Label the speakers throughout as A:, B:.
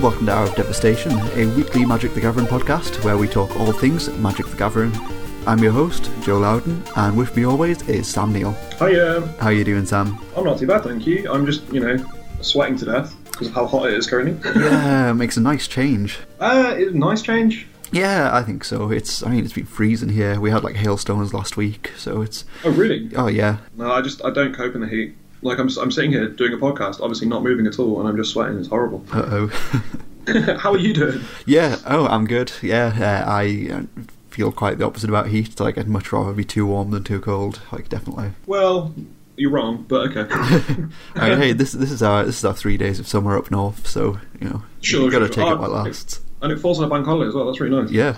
A: welcome to Hour of Devastation, a weekly Magic the Gathering podcast where we talk all things Magic the Gathering. I'm your host, Joe Loudon, and with me always is Sam Neal.
B: Hi, um,
A: How you doing, Sam?
B: I'm not too bad, thank you. I'm just, you know, sweating to death because of how hot it is currently.
A: Yeah, makes a nice change.
B: Uh, it's a nice change.
A: Yeah, I think so. It's I mean it's been freezing here. We had like hailstones last week, so it's
B: Oh, really?
A: oh yeah.
B: No, I just, I don't cope in the heat. Like, I'm, s- I'm sitting here doing a podcast, obviously not moving at all, and I'm just sweating. It's horrible.
A: Uh oh.
B: how are you doing?
A: yeah. Oh, I'm good. Yeah, uh, I uh, feel quite the opposite about heat. Like I'd much rather be too warm than too cold. Like definitely.
B: Well, you're wrong, but okay.
A: I mean, hey, this this is our this is our three days of summer up north, so you know
B: Sure,
A: you got to
B: sure.
A: take it
B: Oh,
A: while it lasts.
B: and it falls on a bank holiday as well. That's really nice.
A: Yeah,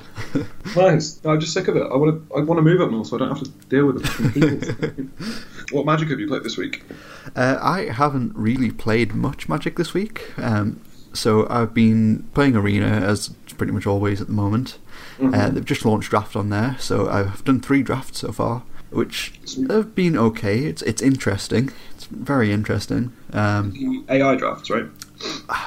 B: Nice. No, I'm just sick of it. I want to, I want to move up north so I don't have to deal with the fucking people. what magic have you played this week?
A: uh, I haven't really played much Magic this week, um, so I've been playing Arena as pretty much always at the moment.
B: Mm-hmm.
A: Uh, they've just launched Draft on there, so I've done three drafts so far, which have been okay. It's it's interesting. It's very interesting. Um,
B: The AI drafts, right?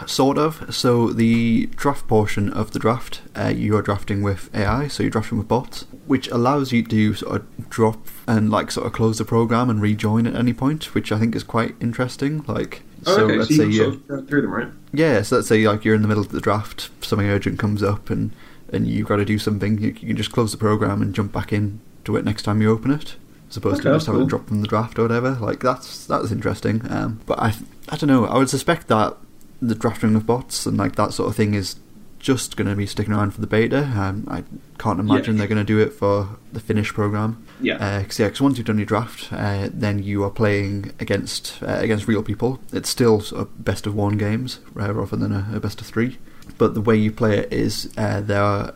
A: Sort of. So the draft portion of the draft, uh, you are drafting with AI, so you're drafting with bots, which allows you to sort of drop and like sort of close the program and rejoin at any point, which I think is quite interesting. Like,
B: Oh,
A: so
B: okay,
A: let's
B: so
A: say
B: you
A: you,
B: sort of go through them, right?
A: yeah, so let's say like you're in the middle of the draft, something urgent comes up, and and you've got to do something. You, you can just close the program and jump back in to it next time you open it, as opposed
B: Okay,
A: to just having
B: cool.
A: it drop from the draft or whatever. Like that's that's interesting. Um, but I I don't know. I would suspect that the drafting of bots and like that sort of thing is just going to be sticking around for the beta. Um, I can't imagine they're going to do it for the finished program.
B: Yeah.
A: Uh, 'cause, yeah, 'cause once you've done your draft, uh, then you are playing against uh, against real people. It's still sort of best of one games uh, rather often than a, a best of three. But the way you play it is uh, there are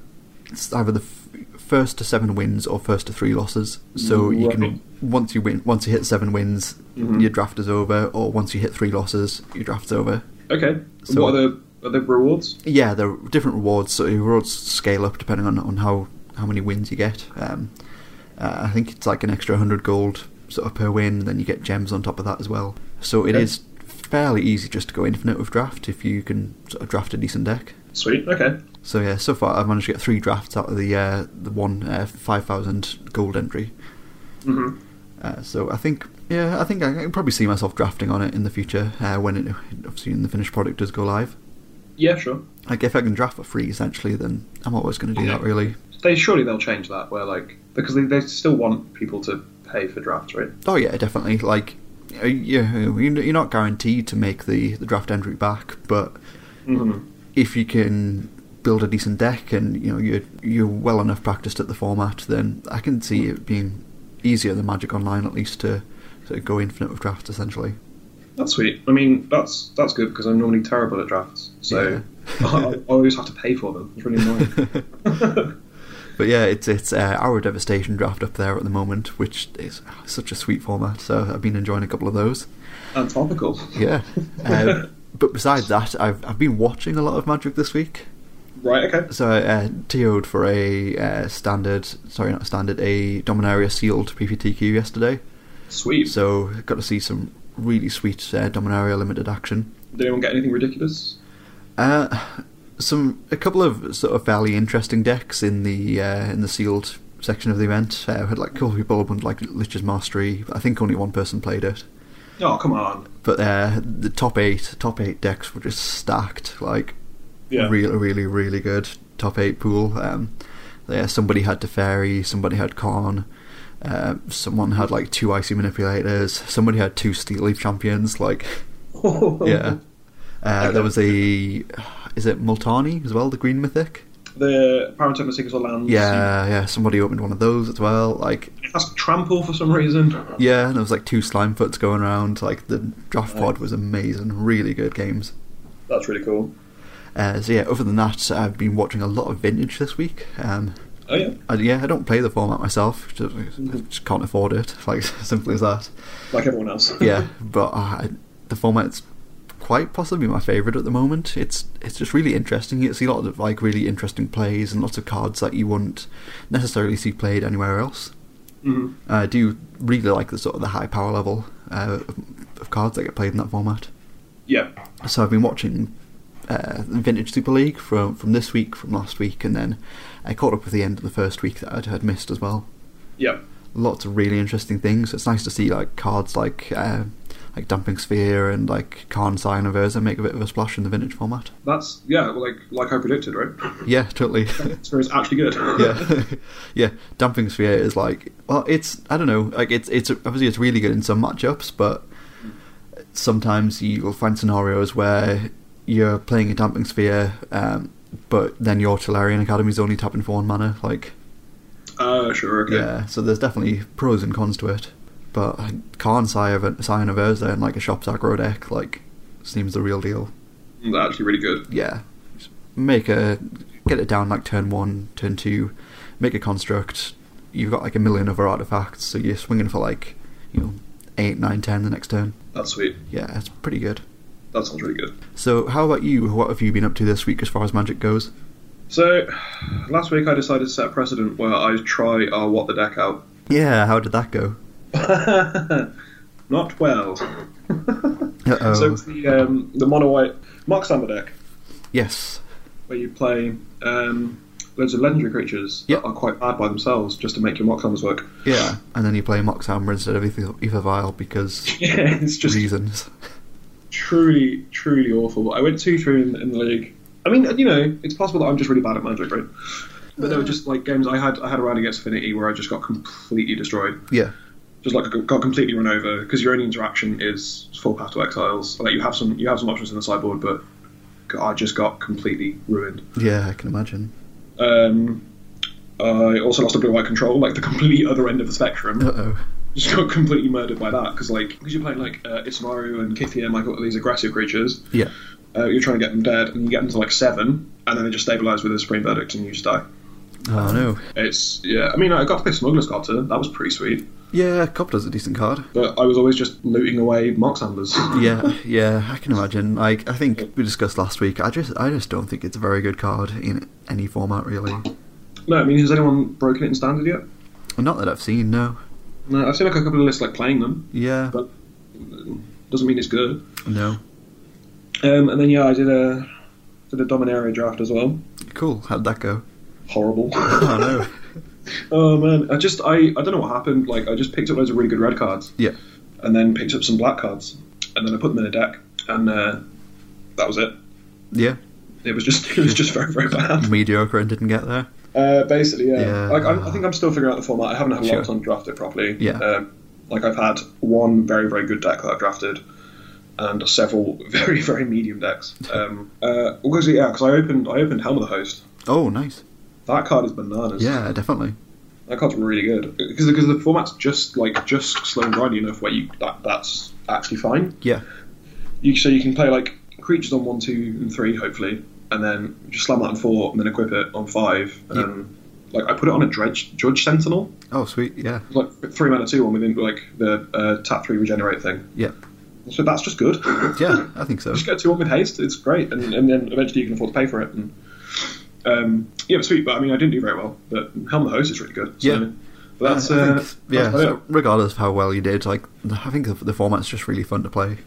A: it's either the f- first to seven wins or first to three losses. So you
B: Right. Mm-hmm.
A: can once you win once you hit seven wins, your draft is over, or once you hit three losses, your draft's over.
B: Okay.
A: So-
B: what are the are the rewards?
A: Yeah, there are different rewards. So your rewards scale up depending on, on how, how many wins you get. Um, uh, I think it's like an extra 100 gold sort of per win, and then you get gems on top of that as well. So it
B: Okay.
A: is fairly easy just to go infinite with draft if you can sort of draft a decent deck.
B: Sweet. Okay.
A: So yeah, so far I've managed to get three drafts out of the uh, the one uh, 5,000 gold entry.
B: hmm
A: Uh, so I think, yeah, I think I can probably see myself drafting on it in the future uh, when it obviously when the finished product does go live.
B: Yeah, sure.
A: Like if I can draft for free essentially, then I'm always going to do
B: Yeah.
A: that really.
B: They surely they'll change that where like because they, they still want people to pay for drafts, right?
A: Oh yeah, definitely. Like uh, yeah, you're not guaranteed to make the the draft entry back, but
B: Mm-hmm.
A: if you can build a decent deck and you know you're you're well enough practiced at the format, then I can see it being easier than Magic Online at least to sort of go infinite with drafts essentially.
B: That's sweet. I mean, that's that's good because I'm normally terrible at drafts, so uh-huh. I, I always have to pay for them. It's really annoying.
A: But yeah, it's it's uh, our devastation draft up there at the moment, which is such a sweet format. So I've been enjoying a couple of those.
B: and topical.
A: Yeah. Uh, but besides that, I've I've been watching a lot of Magic this week.
B: Right. Okay.
A: So I uh, TO'd for a uh, standard, sorry, not standard, a Dominaria sealed PPTQ yesterday.
B: Sweet.
A: So got to see some really sweet uh, Dominaria limited action.
B: Did anyone get anything ridiculous?
A: Uh, some a couple of sort of fairly interesting decks in the uh, in the sealed section of the event. Uh, had like cool people and like Lich's Mastery. I think only one person played it.
B: Oh, come on.
A: But uh, the top eight, top eight decks were just stacked. Like really, really, really good top eight pool. Um, yeah, somebody had Teferi, somebody had Khan, uh, someone had like two Icy Manipulators, somebody had two Steel Leaf Champions. Like,
B: Oh,
A: yeah. Uh, there was a. Is it Multani as well, the Green Mythic?
B: The Paratome Sigil lands.
A: Yeah, yeah, somebody opened one of those as well. Like,
B: It has trample for some reason.
A: yeah, and there was like two Slimefoots going around. Like, the draft pod was amazing. Really good games.
B: That's really cool.
A: Uh, so, yeah, other than that, I've been watching a lot of Vintage this week. Um,
B: Oh yeah.
A: I, yeah, I don't play the format myself. Just, just can't afford it. Like simple as that.
B: like everyone else.
A: Yeah, but uh, I- the format's quite possibly my favourite at the moment. It's it's just really interesting. You see a lot of like really interesting plays and lots of cards that you wouldn't necessarily see played anywhere else.
B: hmm
A: I do really like the sort of the high power level uh, of- of cards that get played in that format.
B: Yeah.
A: So I've been watching uh, Vintage Super League from, from this week, from last week, and then I caught up with the end of the first week that I'd, had missed as well.
B: Yeah.
A: Lots of really interesting things. It's nice to see like cards like uh, like Dumping Sphere and like Khan Sign of Urza make a bit of a splash in the vintage format.
B: That's yeah, like like I predicted, right?
A: Yeah, totally.
B: Sphere is actually good.
A: yeah, yeah. Dumping Sphere is like well, it's I don't know, like it's it's obviously it's really good in some matchups, but sometimes you will find scenarios where you're playing a Dumping Sphere, um, but then your Tolarian Academy is only tapping for one mana, like.
B: Uh, sure, okay.
A: Yeah, so there's definitely pros and cons to it. But Khan Scion of Urza and like a Shop Aggro deck, like, seems the real deal.
B: They're actually really good.
A: Yeah. Just make a. Get it down like turn one, turn two, make a construct. You've got like a million other artifacts, so you're swinging for like, you know, 8, 9, 10 the next turn.
B: That's sweet.
A: Yeah, it's pretty good.
B: That sounds really good.
A: So, how about you? What have you been up to this week as far as magic goes?
B: So, last week I decided to set a precedent where I try our What the Deck out.
A: Yeah, how did that go?
B: Not well.
A: Uh-oh.
B: So, it's the, um, the mono white Mark Samba deck,
A: Yes.
B: where you play um, loads of legendary creatures
A: Yep.
B: that are quite bad by themselves just to make your Mark Sambas work.
A: Yeah. And then you play Mox Hammer instead of Ether, Ether Vial because
B: Yeah, it's just
A: reasons.
B: truly, truly awful. I went two through in, in the league. I mean, you know, it's possible that I'm just really bad at Magic, right? But there were just like games I had. I had a round against Affinity where I just got completely destroyed.
A: Yeah.
B: Just like got completely run over because your only interaction is full path to exiles. Like you have some, you have some options in the sideboard, but I just got completely ruined.
A: Yeah, I can imagine.
B: Um, I also lost a blue white control, like the complete other end of the spectrum
A: Uh oh.
B: just got completely murdered by that because like because you're playing like uh, Isamaru and Kithia and like all these aggressive creatures.
A: Yeah.
B: Uh, you're trying to get them dead, and you get them to like seven, and then they just stabilize with a supreme verdict, and you just die.
A: Oh
B: Um,
A: no.
B: It's yeah. I mean, I got to play Smuggler's Carter. That was pretty sweet,
A: Yeah, Copter's a decent card.
B: but I was always just looting away Mark Sanders.
A: Yeah, yeah, I can imagine. Like, I think we discussed last week. I just, I just don't think it's a very good card in any format, really.
B: no, I mean, has anyone broken it in standard yet?
A: Not that I've seen. No.
B: No, I've seen like a couple of lists like playing them.
A: Yeah.
B: But- Doesn't mean it's good.
A: No.
B: Um, and then yeah, I did a did a Dominaria draft as well.
A: Cool. How'd that go?
B: Horrible.
A: Oh no.
B: Oh man, I just I, I don't know what happened. Like I just picked up loads of really good red cards.
A: Yeah.
B: And then picked up some black cards, and then I put them in a deck, and uh, that was it.
A: Yeah.
B: It was just it was just very very bad.
A: Mediocre and didn't get there.
B: Uh, basically, yeah.
A: Yeah.
B: Like I'm, I think I'm still figuring out the format. I haven't had a lot
A: Sure.
B: of time to draft it properly.
A: Yeah.
B: Um, like I've had one very very good deck that I've drafted, and several very very medium decks. Um, uh, because yeah, because I opened I opened Helm of the Host.
A: Oh, nice.
B: That card is bananas.
A: Yeah, definitely.
B: That card's really good because because the format's just like just slow and grindy enough where you that that's actually fine.
A: Yeah.
B: You so you can play like creatures on one, two, and three hopefully, and then just slam that on four, and then equip it on five. And then, like I put it on a dredge judge sentinel,
A: Oh, sweet. Yeah.
B: like three mana two one within like the uh, tap three regenerate thing.
A: Yeah.
B: So that's just good.
A: Yeah, I think so.
B: just get a two one with haste. It's great, and and then eventually you can afford to pay for it. And um, yeah, but sweet. But I mean, I didn't do very well. But Helm the Host is really good. So,
A: Yeah.
B: But that's
A: I- I
B: uh,
A: think- yeah.
B: that's about it.
A: So regardless of how well you did, like I think the, the format's just really fun to play.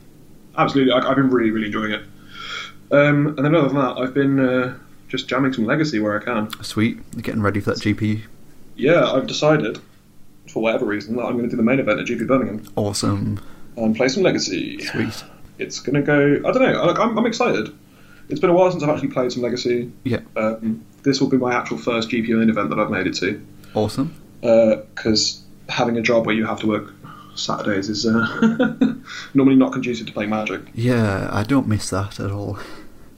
B: absolutely. I, I've been really, really enjoying it. Um, and then other than that, I've been uh, just jamming some Legacy where I can.
A: Sweet, getting ready for that GP.
B: Yeah, I've decided, for whatever reason, that I'm going to do the main event at GP Birmingham
A: Awesome.
B: and play some Legacy.
A: Sweet.
B: It's going to go. I don't know. Like, I'm, I'm excited. It's been a while since I've actually played some Legacy.
A: Yeah.
B: Um, this will be my actual first GP main event that I've made it to.
A: Awesome.
B: Because Uh, having a job where you have to work Saturdays is uh, normally not conducive to playing Magic.
A: Yeah, I don't miss that at all.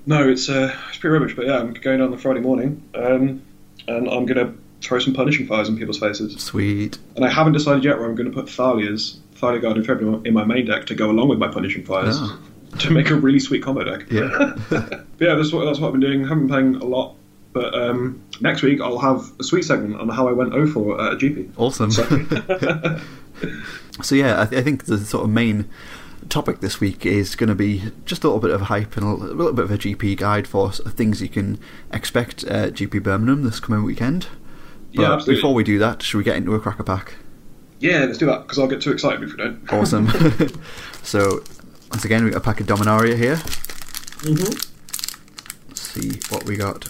B: No, it's uh, it's pretty rubbish, but yeah, I'm going on the Friday morning, um, and I'm gonna throw some punishing fires in people's faces.
A: Sweet.
B: And I haven't decided yet where I'm gonna put Thalia's Thalia Guard and February in my main deck to go along with my punishing fires
A: Oh.
B: to make a really sweet combo deck.
A: Yeah.
B: But yeah, that's what that's what I've been doing. I haven't been playing a lot, but um, next week I'll have a sweet segment on how I went 0 for at a GP.
A: Awesome.
B: So-
A: so yeah, I, th- I think the sort of main topic this week is going to be just a little bit of hype and a little- a little bit of a GP guide for s- things you can expect at GP Birmingham this coming weekend. But
B: Yeah, absolutely.
A: before we do that, should we get into a cracker pack?
B: yeah, let's do that because I'll get too excited if we don't.
A: Awesome. so once again, we got a pack of Dominaria here.
B: hmm
A: see what we got.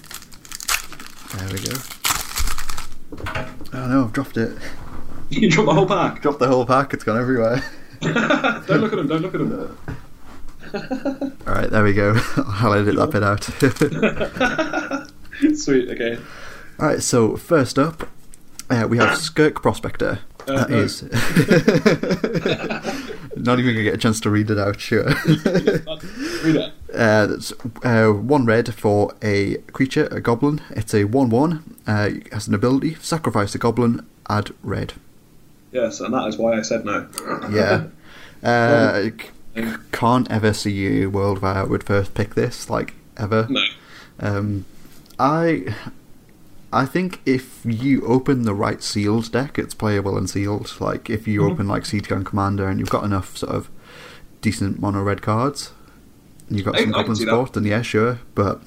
A: There we go. Oh no, I've dropped it.
B: You dropped the whole pack.
A: Dropped the whole pack, it's gone everywhere.
B: don't look at them. Don't look at them.
A: Alright, there we go. I'll edit that bit out.
B: Sweet. Okay.
A: Alright, so first up, uh, we have Skirk Prospector.
B: Uh,
A: That
B: no.
A: is. Not even going to get a chance to read it out, sure.
B: Read it.
A: Uh, that's uh, one red for a creature, a goblin. It's a 1 1. Uh, it has an ability sacrifice a goblin, add red.
B: Yes, and that is why I said no.
A: Yeah. Uh, I c- can't ever see a world where I would first pick this, like, ever.
B: no.
A: Um, I. I think if you open the right sealed deck, it's playable and sealed. Like if you
B: Mm-hmm.
A: open like Siege Gun Commander and you've got enough sort of decent mono red cards, and you've got
B: I-
A: some
B: I can
A: Goblin
B: see that.
A: Sport, then yeah, sure. But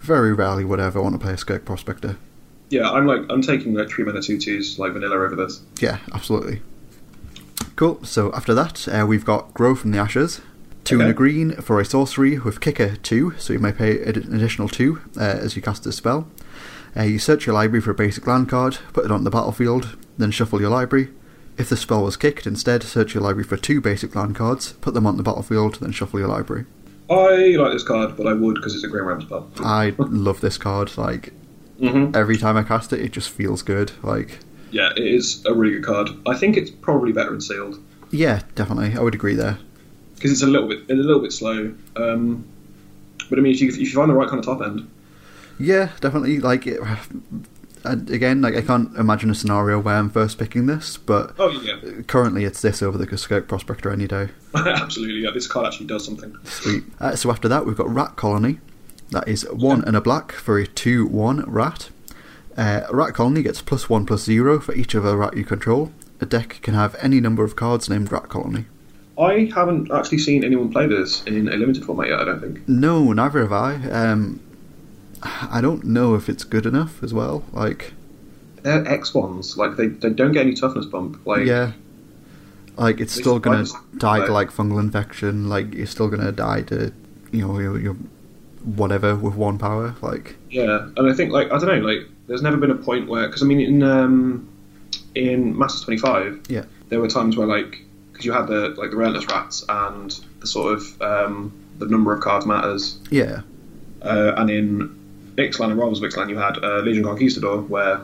A: very rarely would I ever want to play a Skirk Prospector.
B: Yeah, I'm like I'm taking like three minute tutus like vanilla over this.
A: Yeah, absolutely. Cool. So after that, uh, we've got Grow from the Ashes. Two and
B: Okay.
A: a green for a sorcery with kicker two, so you may pay ad- an additional two uh, as you cast this spell. Uh, you search your library for a basic land card, put it on the battlefield, then shuffle your library. If the spell was kicked, instead search your library for two basic land cards, put them on the battlefield, then shuffle your library.
B: I like this card, but I would because it's a Green Ram spell.
A: I love this card. Like
B: Mm-hmm.
A: every time I cast it, it just feels good. Like
B: Yeah, it is a really good card. I think it's probably better in sealed
A: yeah, definitely, I would agree there.
B: because it's a little bit a little bit slow. Um, but I mean, if you if you find the right kind of top end,
A: Yeah, definitely. Like, it, and again, like I can't imagine a scenario where I'm first picking this, but
B: oh yeah,
A: currently it's this over the Scope Prospector any day.
B: absolutely. Yeah, this card actually does something.
A: Sweet. Uh, so after that, we've got Rat Colony. That is one and a black for a two-one rat. Uh, rat Colony gets plus one plus zero for each of a rat you control. A deck can have any number of cards named Rat Colony.
B: I haven't actually seen anyone play this in a limited format yet. I don't think.
A: No, neither have I. Um, I don't know if it's good enough as well. Like,
B: They're X ones. Like they, they don't get any toughness bump. Like
A: yeah. Like it's
B: This
A: still
B: is
A: gonna
B: like-
A: die to like fungal infection. Like you're still gonna die to, you know, your, your whatever with one power. Like
B: yeah. And I think like I don't know. Like there's never been a point where because I mean in um in Masters 25
A: Yeah.
B: there were times where like because you had the like the relentless rats and the sort of um the number of cards matters
A: yeah,
B: uh, and in Ixalan and Rivals of Ixalan you had uh, Legion Conquistador where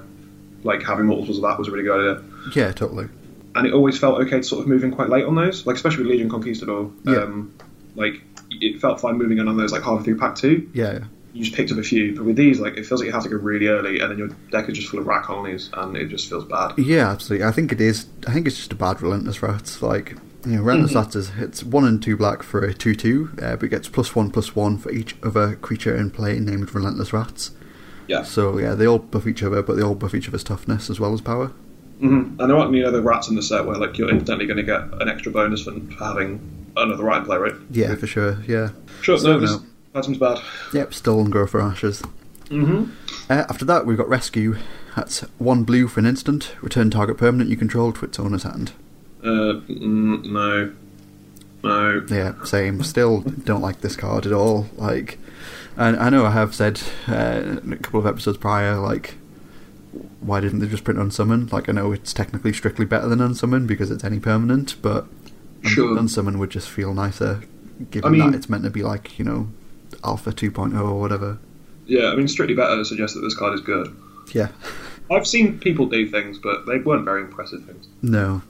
B: like having multiples of that was a really good idea.
A: yeah, totally.
B: and it always felt okay to sort of move in quite late on those, like especially with Legion Conquistador.
A: Yeah.
B: Um, like it felt fine moving in on those like halfway through pack two.
A: Yeah,
B: You just picked up a few, but with these, like it feels like you have to go really early, and then your deck is just full of rat colonies, and it just feels bad.
A: yeah, absolutely. I think it is. I think it's just a bad relentless rats. Like you know, relentless
B: Mm-hmm.
A: rats is it's one and two black for a two-two, uh, but gets plus one plus one for each other creature in play named relentless rats.
B: Yeah.
A: So yeah, they all buff each other, but they all buff each other's toughness as well as power.
B: hmm And there aren't any other rats in the set where like you're incidentally going to get an extra bonus for for having another rat in play, right?
A: Yeah, for sure. Yeah.
B: Sure.
A: So
B: no, this
A: no.
B: that seems bad.
A: Yep. Still and grow for ashes.
B: Mm-hmm.
A: Uh, after that, we've got Rescue. That's one blue for an instant. Return target permanent you control to its owner's hand.
B: Uh, mm, no, no.
A: Yeah, same. Still don't like this card at all. Like, and I know I have said uh, in a couple of episodes prior, like, why didn't they just print unsummon? Like, I know it's technically strictly better than unsummon because it's any permanent, but
B: Sure.
A: unsummon would just feel nicer, given
B: mean-
A: that it's meant to be like you know, Alpha 2.0 or whatever.
B: Yeah, I mean, strictly better suggests that this card is good.
A: Yeah.
B: I've seen people do things, but they weren't very impressive things.
A: No,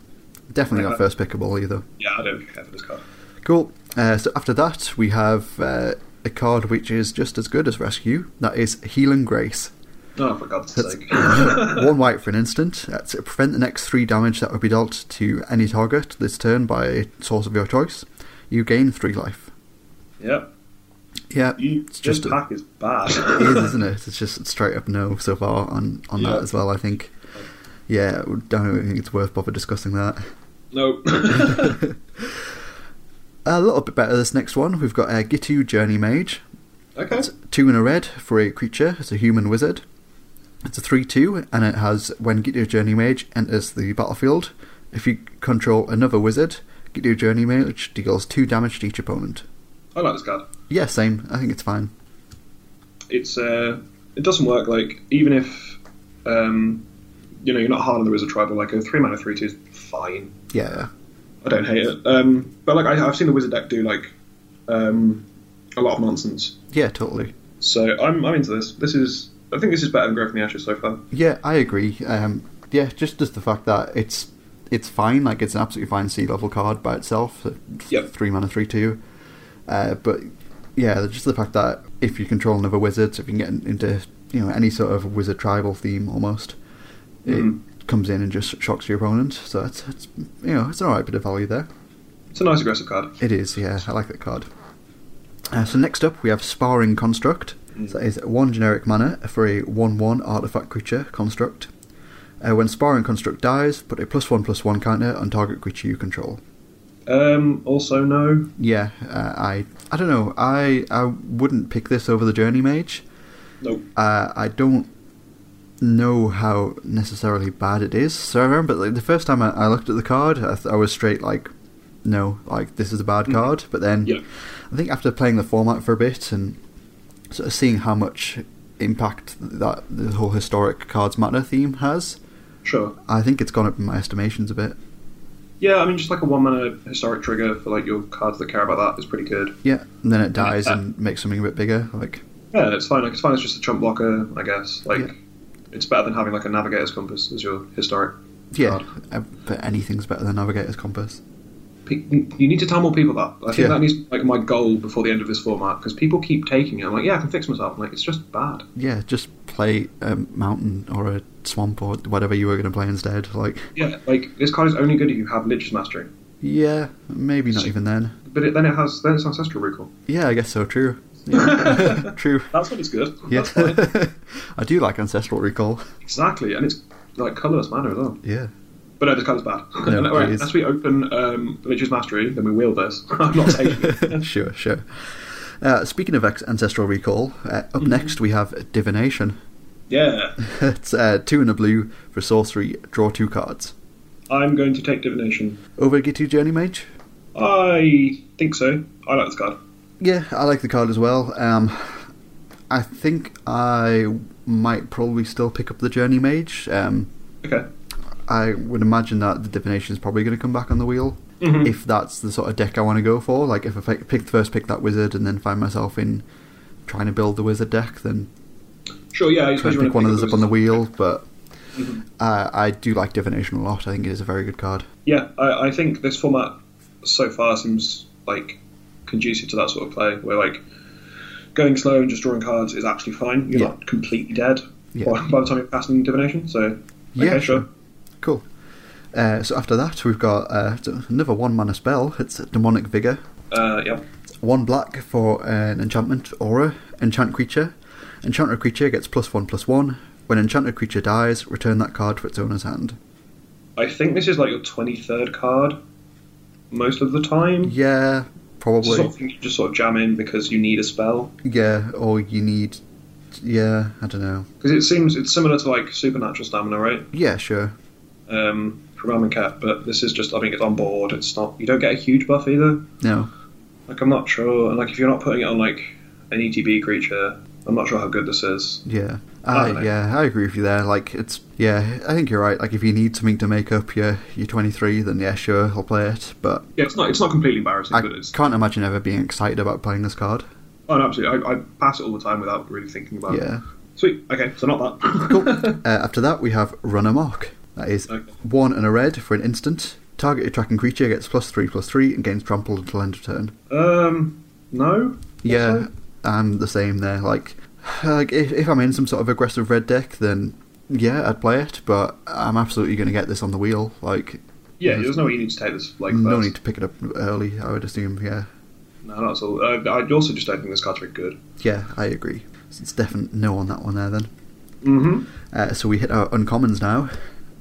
A: definitely not
B: Yeah.
A: first pickable either.
B: Yeah, I don't care for this card.
A: Cool. Uh, so after that, we have uh, a card which is just as good as Rescue. That is Healing Grace.
B: No, for God's
A: That's
B: sake.
A: one white for an instant. That's it. Prevent the next three damage that would be dealt to any target this turn by a source of your choice. You gain three life.
B: yep.
A: Yeah,
B: You,
A: it's just
B: this
A: a,
B: pack is bad.
A: it is, isn't it? It's just straight up no so far on on
B: Yeah.
A: that as well. I think. Yeah, I don't even think it's worth bother discussing that.
B: no.
A: A little bit better this next one. We've got a Gitu Journey Mage.
B: okay.
A: It's two and a red for a creature. It's a human wizard. It's a 3 2, and it has when Gitio Journey Mage enters the battlefield, if you control another wizard, Gitio Journey Mage deals 2 damage to each opponent.
B: I like this card.
A: Yeah, same. I think it's fine.
B: it's uh, it doesn't work. Like even if um, you know you're not hard on the Wizard Tribal, like a three mana three two is fine.
A: Yeah.
B: I don't hate it. Um, but like I, I've seen the Wizard deck do like um, a lot of nonsense.
A: Yeah, totally.
B: So I'm I'm into this. This is I think this is better than Growth from the Ashes so far.
A: Yeah, I agree. Um, yeah, just just the fact that it's it's fine, like it's an absolutely fine sea level card by itself. uh,
B: Yep.
A: Three mana, three two. Uh, but yeah, just the fact that if you control another wizard, so if you can get into you know any sort of wizard tribal theme almost,
B: Mhm.
A: it comes in and just shocks your opponent. So it's, it's you know it's an alright bit of value there.
B: It's a nice aggressive card.
A: It is, yeah. I like that card. Uh, so next up, we have Sparring Construct. So that is one generic mana for a 1-1 artifact creature construct. Uh, when Sparring Construct dies, put a plus one plus one counter on target creature you control.
B: Um, also no.
A: Yeah, uh, I I don't know. I I wouldn't pick this over the Journey Mage.
B: Nope.
A: Uh, I don't know how necessarily bad it is. So I remember like, the first time I, I looked at the card, I, th- I was straight like, no, like this is a bad card. But then
B: Mm-hmm. Yeah.
A: I think after playing the format for a bit and sort of seeing how much impact that the whole historic cards matter theme has,
B: Sure.
A: I think it's gone up in my estimations a bit.
B: Yeah, I mean just like a one mana historic trigger for like your cards that care about that is pretty good.
A: Yeah, and then it dies
B: Uh,
A: and makes something a bit bigger. Like
B: Yeah, it's fine. Like it's fine. It's just a chump blocker, I guess. Like
A: Yeah.
B: it's better than having like a navigator's compass as your historic.
A: yeah,
B: God.
A: uh, but anything's better than Navigator's Compass.
B: Pe- You need to tell more people that. I think
A: Yeah.
B: that needs to be, like my goal before the end of this format because people keep taking it. I'm like, yeah, I can fix myself. I'm like, it's just bad.
A: Yeah, just play a mountain or a swamp or whatever you were going to play instead. Like
B: Yeah, like this card is only good if you have Lich's Mastery,
A: yeah, maybe not even then.
B: but it, then it has then it's ancestral recall.
A: Yeah, I guess so. True. Yeah. True.
B: That's when it's good.
A: Yeah.
B: That's fine.
A: I do like ancestral recall.
B: exactly, and it's like colorless mana as well.
A: Yeah.
B: But no, this card is bad.
A: No,
B: All right,
A: it is.
B: unless we open um, Lich's Mastery, then we wheel this. I'm not taking it.
A: sure, sure. Uh, speaking of ex- ancestral recall, uh, up
B: Mm-hmm.
A: next we have divination.
B: yeah,
A: it's uh, two and a blue for sorcery. Draw two cards.
B: I'm going to take divination.
A: Over Gitu Journey Mage.
B: I think so. I like this card.
A: Yeah, I like the card as well. Um, I think I might probably still pick up the Journey Mage. Um,
B: Okay.
A: I would imagine that the divination is probably going to come back on the wheel
B: Mhm.
A: if that's the sort of deck I want to go for. Like if I pick, pick first pick that wizard and then find myself in trying to build the wizard deck, then
B: Sure, yeah. I
A: try
B: suppose
A: to
B: you
A: pick one
B: wanna
A: of those up on the wheel. But
B: Mhm.
A: uh, I do like divination a lot. I think it is a very good card.
B: Yeah, I, I think this format so far seems like conducive to that sort of play where like going slow and just drawing cards is actually fine. You're
A: Yeah.
B: not completely dead
A: Yeah.
B: by, by the time you're casting divination. So okay,
A: Yeah,
B: sure.
A: Cool. Uh, so after that, we've got uh, another one mana spell. It's demonic vigor.
B: Uh, yeah.
A: One black for an enchantment aura, enchant creature. Enchanted creature gets plus one plus one. When enchanted creature dies, return that card to its owner's hand.
B: I think this is like your twenty third card most of the time.
A: Yeah,
B: It's the sort
A: probably.
B: of thing you just sort of jam in because you need a spell.
A: Yeah, or you need. Yeah, I don't know.
B: Because it seems it's similar to like supernatural stamina, right?
A: Yeah, sure.
B: um, from Ramen Cat, but this is just, I think it's on board. It's not, you don't get a huge buff either.
A: No.
B: Like, I'm not sure. And, like, if you're not putting it on, like, an ETB creature, I'm not sure how good this is.
A: Yeah.
B: I
A: I,
B: don't know.
A: yeah, I agree with you there. Like it's yeah, I think you're right. Like if you need something to make up your your 23, then yeah, sure, I'll play it. But
B: Yeah, it's not, it's not completely embarrassing,
A: I
B: but it's,
A: can't imagine ever being excited about playing this card.
B: oh, no, absolutely. I, I pass it all the time without really thinking about it.
A: Yeah.
B: Sweet. Okay, so not that.
A: Cool. uh, after that, we have Run Amok. That is
B: Okay.
A: one and a red for an instant. Target tracking creature gets plus three plus three and gains trampled until end of turn.
B: um, no?
A: Yeah,
B: Also?
A: I'm the same there. Like, like if, if I'm in some sort of aggressive red deck, then yeah, I'd play it. But I'm absolutely going to get this on the wheel. Like,
B: Yeah, there's no way you need to take this, like,
A: no
B: first.
A: need to pick it up early. I would assume. Yeah,
B: No, not at all. Uh, I also just don't think this card's very good.
A: yeah, I agree. So it's definite no on that one there. Then,
B: Mm-hmm.
A: uh, so we hit our uncommons now.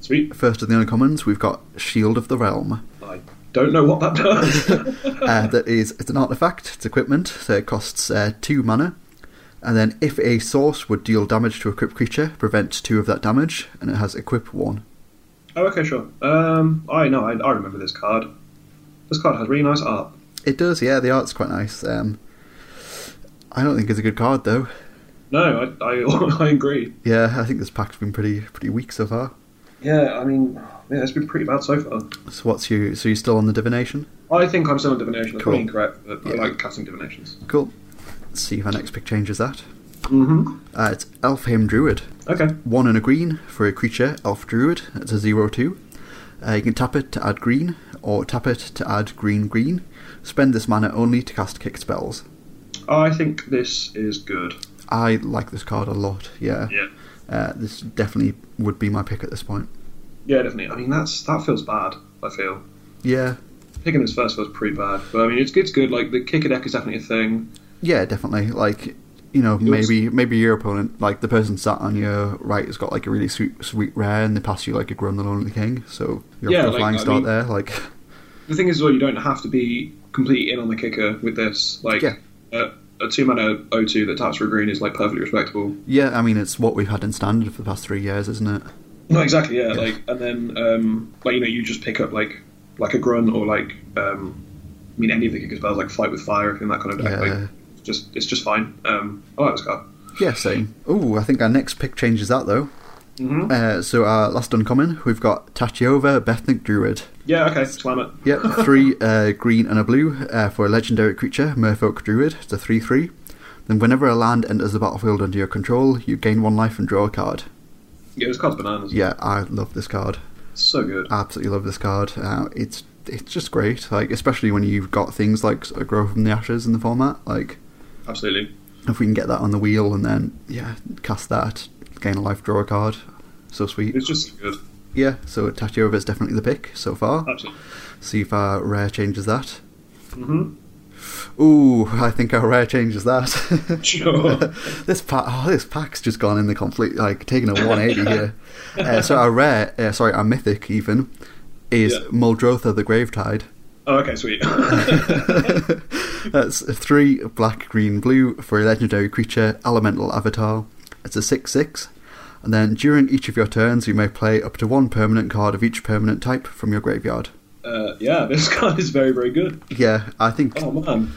B: Sweet.
A: First of the uncommons, we've got Shield of the Realm.
B: I don't know what that does.
A: uh, that is it's an artifact, it's equipment, so it costs uh, two mana. And then if a source would deal damage to a equipped creature, prevent two of that damage, and it has equip one.
B: Oh, okay, sure. Um, I know, I, I remember this card. This card has really nice art.
A: It does, yeah, the art's quite nice. Um, I don't think it's a good card though.
B: No, I, I, I agree.
A: Yeah, I think this pack's been pretty pretty weak so far.
B: Yeah, I mean, yeah, it's been pretty bad so far.
A: So what's you? So you're still on the divination?
B: I think I'm still on divination.
A: Cool.
B: I'm incorrect, but
A: Yeah.
B: I like casting divinations.
A: Cool. Let's see if our next pick changes that.
B: Mm-hmm.
A: Uh, it's Elfheim Druid.
B: Okay.
A: One and a green for a creature, Elf Druid. It's a 0 2. Uh, you can tap it to add green, or tap it to add green green. Spend this mana only to cast kick spells.
B: I think this is good.
A: I like this card a lot, yeah.
B: Yeah.
A: Uh, this definitely would be my pick at this point.
B: Yeah, definitely. I mean, that's that feels bad. I feel
A: Yeah,
B: picking this first was pretty bad, but I mean, it's it's good. Like the kicker deck is definitely a thing.
A: yeah, definitely. Like, you know, maybe maybe your opponent, like the person sat on your right, has got like a really sweet sweet rare, and they pass you like a Grundle Lonely King. So you're
B: Yeah,
A: off to a
B: like,
A: flying
B: I
A: start
B: mean-
A: there. Like,
B: The thing is, though, you don't have to be completely in on the kicker with this. Like
A: Yeah.
B: a, a two mana O2 that taps for a green is like perfectly respectable.
A: yeah, I mean, it's what we've had in standard for the past three years, isn't it?
B: No, exactly. Yeah, like and then um, like you know you just pick up like like a grunt or like um, I mean any of the kicker spells like fight with fire if in that kind of deck.
A: Yeah.
B: Like, it's just it's just fine. Um, I like this card.
A: Yeah, same. Ooh, I think our next pick changes that though.
B: Mhm.
A: Uh, so our last uncommon, we've got Tatiova Bethnic Druid.
B: Yeah. Okay. Slam it.
A: Yep, three uh, green and a blue uh, for a legendary creature, Merfolk Druid. It's a 3 3. Then, whenever a land enters the battlefield under your control, you gain one life and draw a card.
B: Yeah, this card's bananas.
A: Yeah, I love this card.
B: So good.
A: Absolutely love this card. Uh, it's it's just great, like especially when you've got things like sort of Grow from the Ashes in the format. Like,
B: Absolutely.
A: if we can get that on the wheel and then, yeah, cast that, gain a life, draw a card. So sweet.
B: It's just so good.
A: Yeah, so Tatiova is definitely the pick so far.
B: Absolutely.
A: See if our rare changes that.
B: hmm
A: Ooh, I think our rare changes that.
B: Sure.
A: this pack, oh, this pack's just gone in the complete, like taking a 180 here. Uh, so our rare, uh, sorry, our mythic even is
B: Yeah.
A: Muldrotha the Gravetide.
B: Oh, okay. Sweet.
A: That's three black, green, blue for a legendary creature, elemental avatar. It's a six-six, and then during each of your turns, you may play up to one permanent card of each permanent type from your graveyard.
B: uh, yeah, this card is very very good.
A: Yeah, I think
B: Oh man.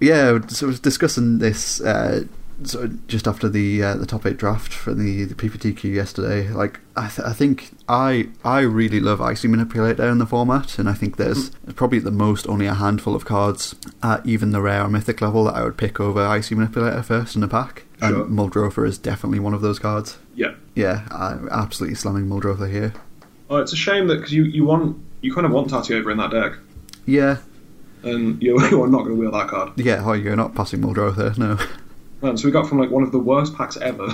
A: yeah, so I was discussing this uh, sort of just after the uh, the top eight draft for the, the PPTQ yesterday. Like, I, th- I think I I really love Icy Manipulator in the format, and I think there's
B: Mm.
A: probably at the most only a handful of cards at even the rare or mythic level that I would pick over Icy Manipulator first in a pack.
B: Sure.
A: And Muldrover is definitely one of those cards.
B: Yeah.
A: Yeah, I'm absolutely slamming Muldrover here.
B: Oh, it's a shame that because you, you want you kind of want Tati over in that deck,
A: Yeah,
B: and you you are not going to wheel that card.
A: yeah, oh, you're not passing Muldrover, no.
B: Man, so we got from like one of the worst packs ever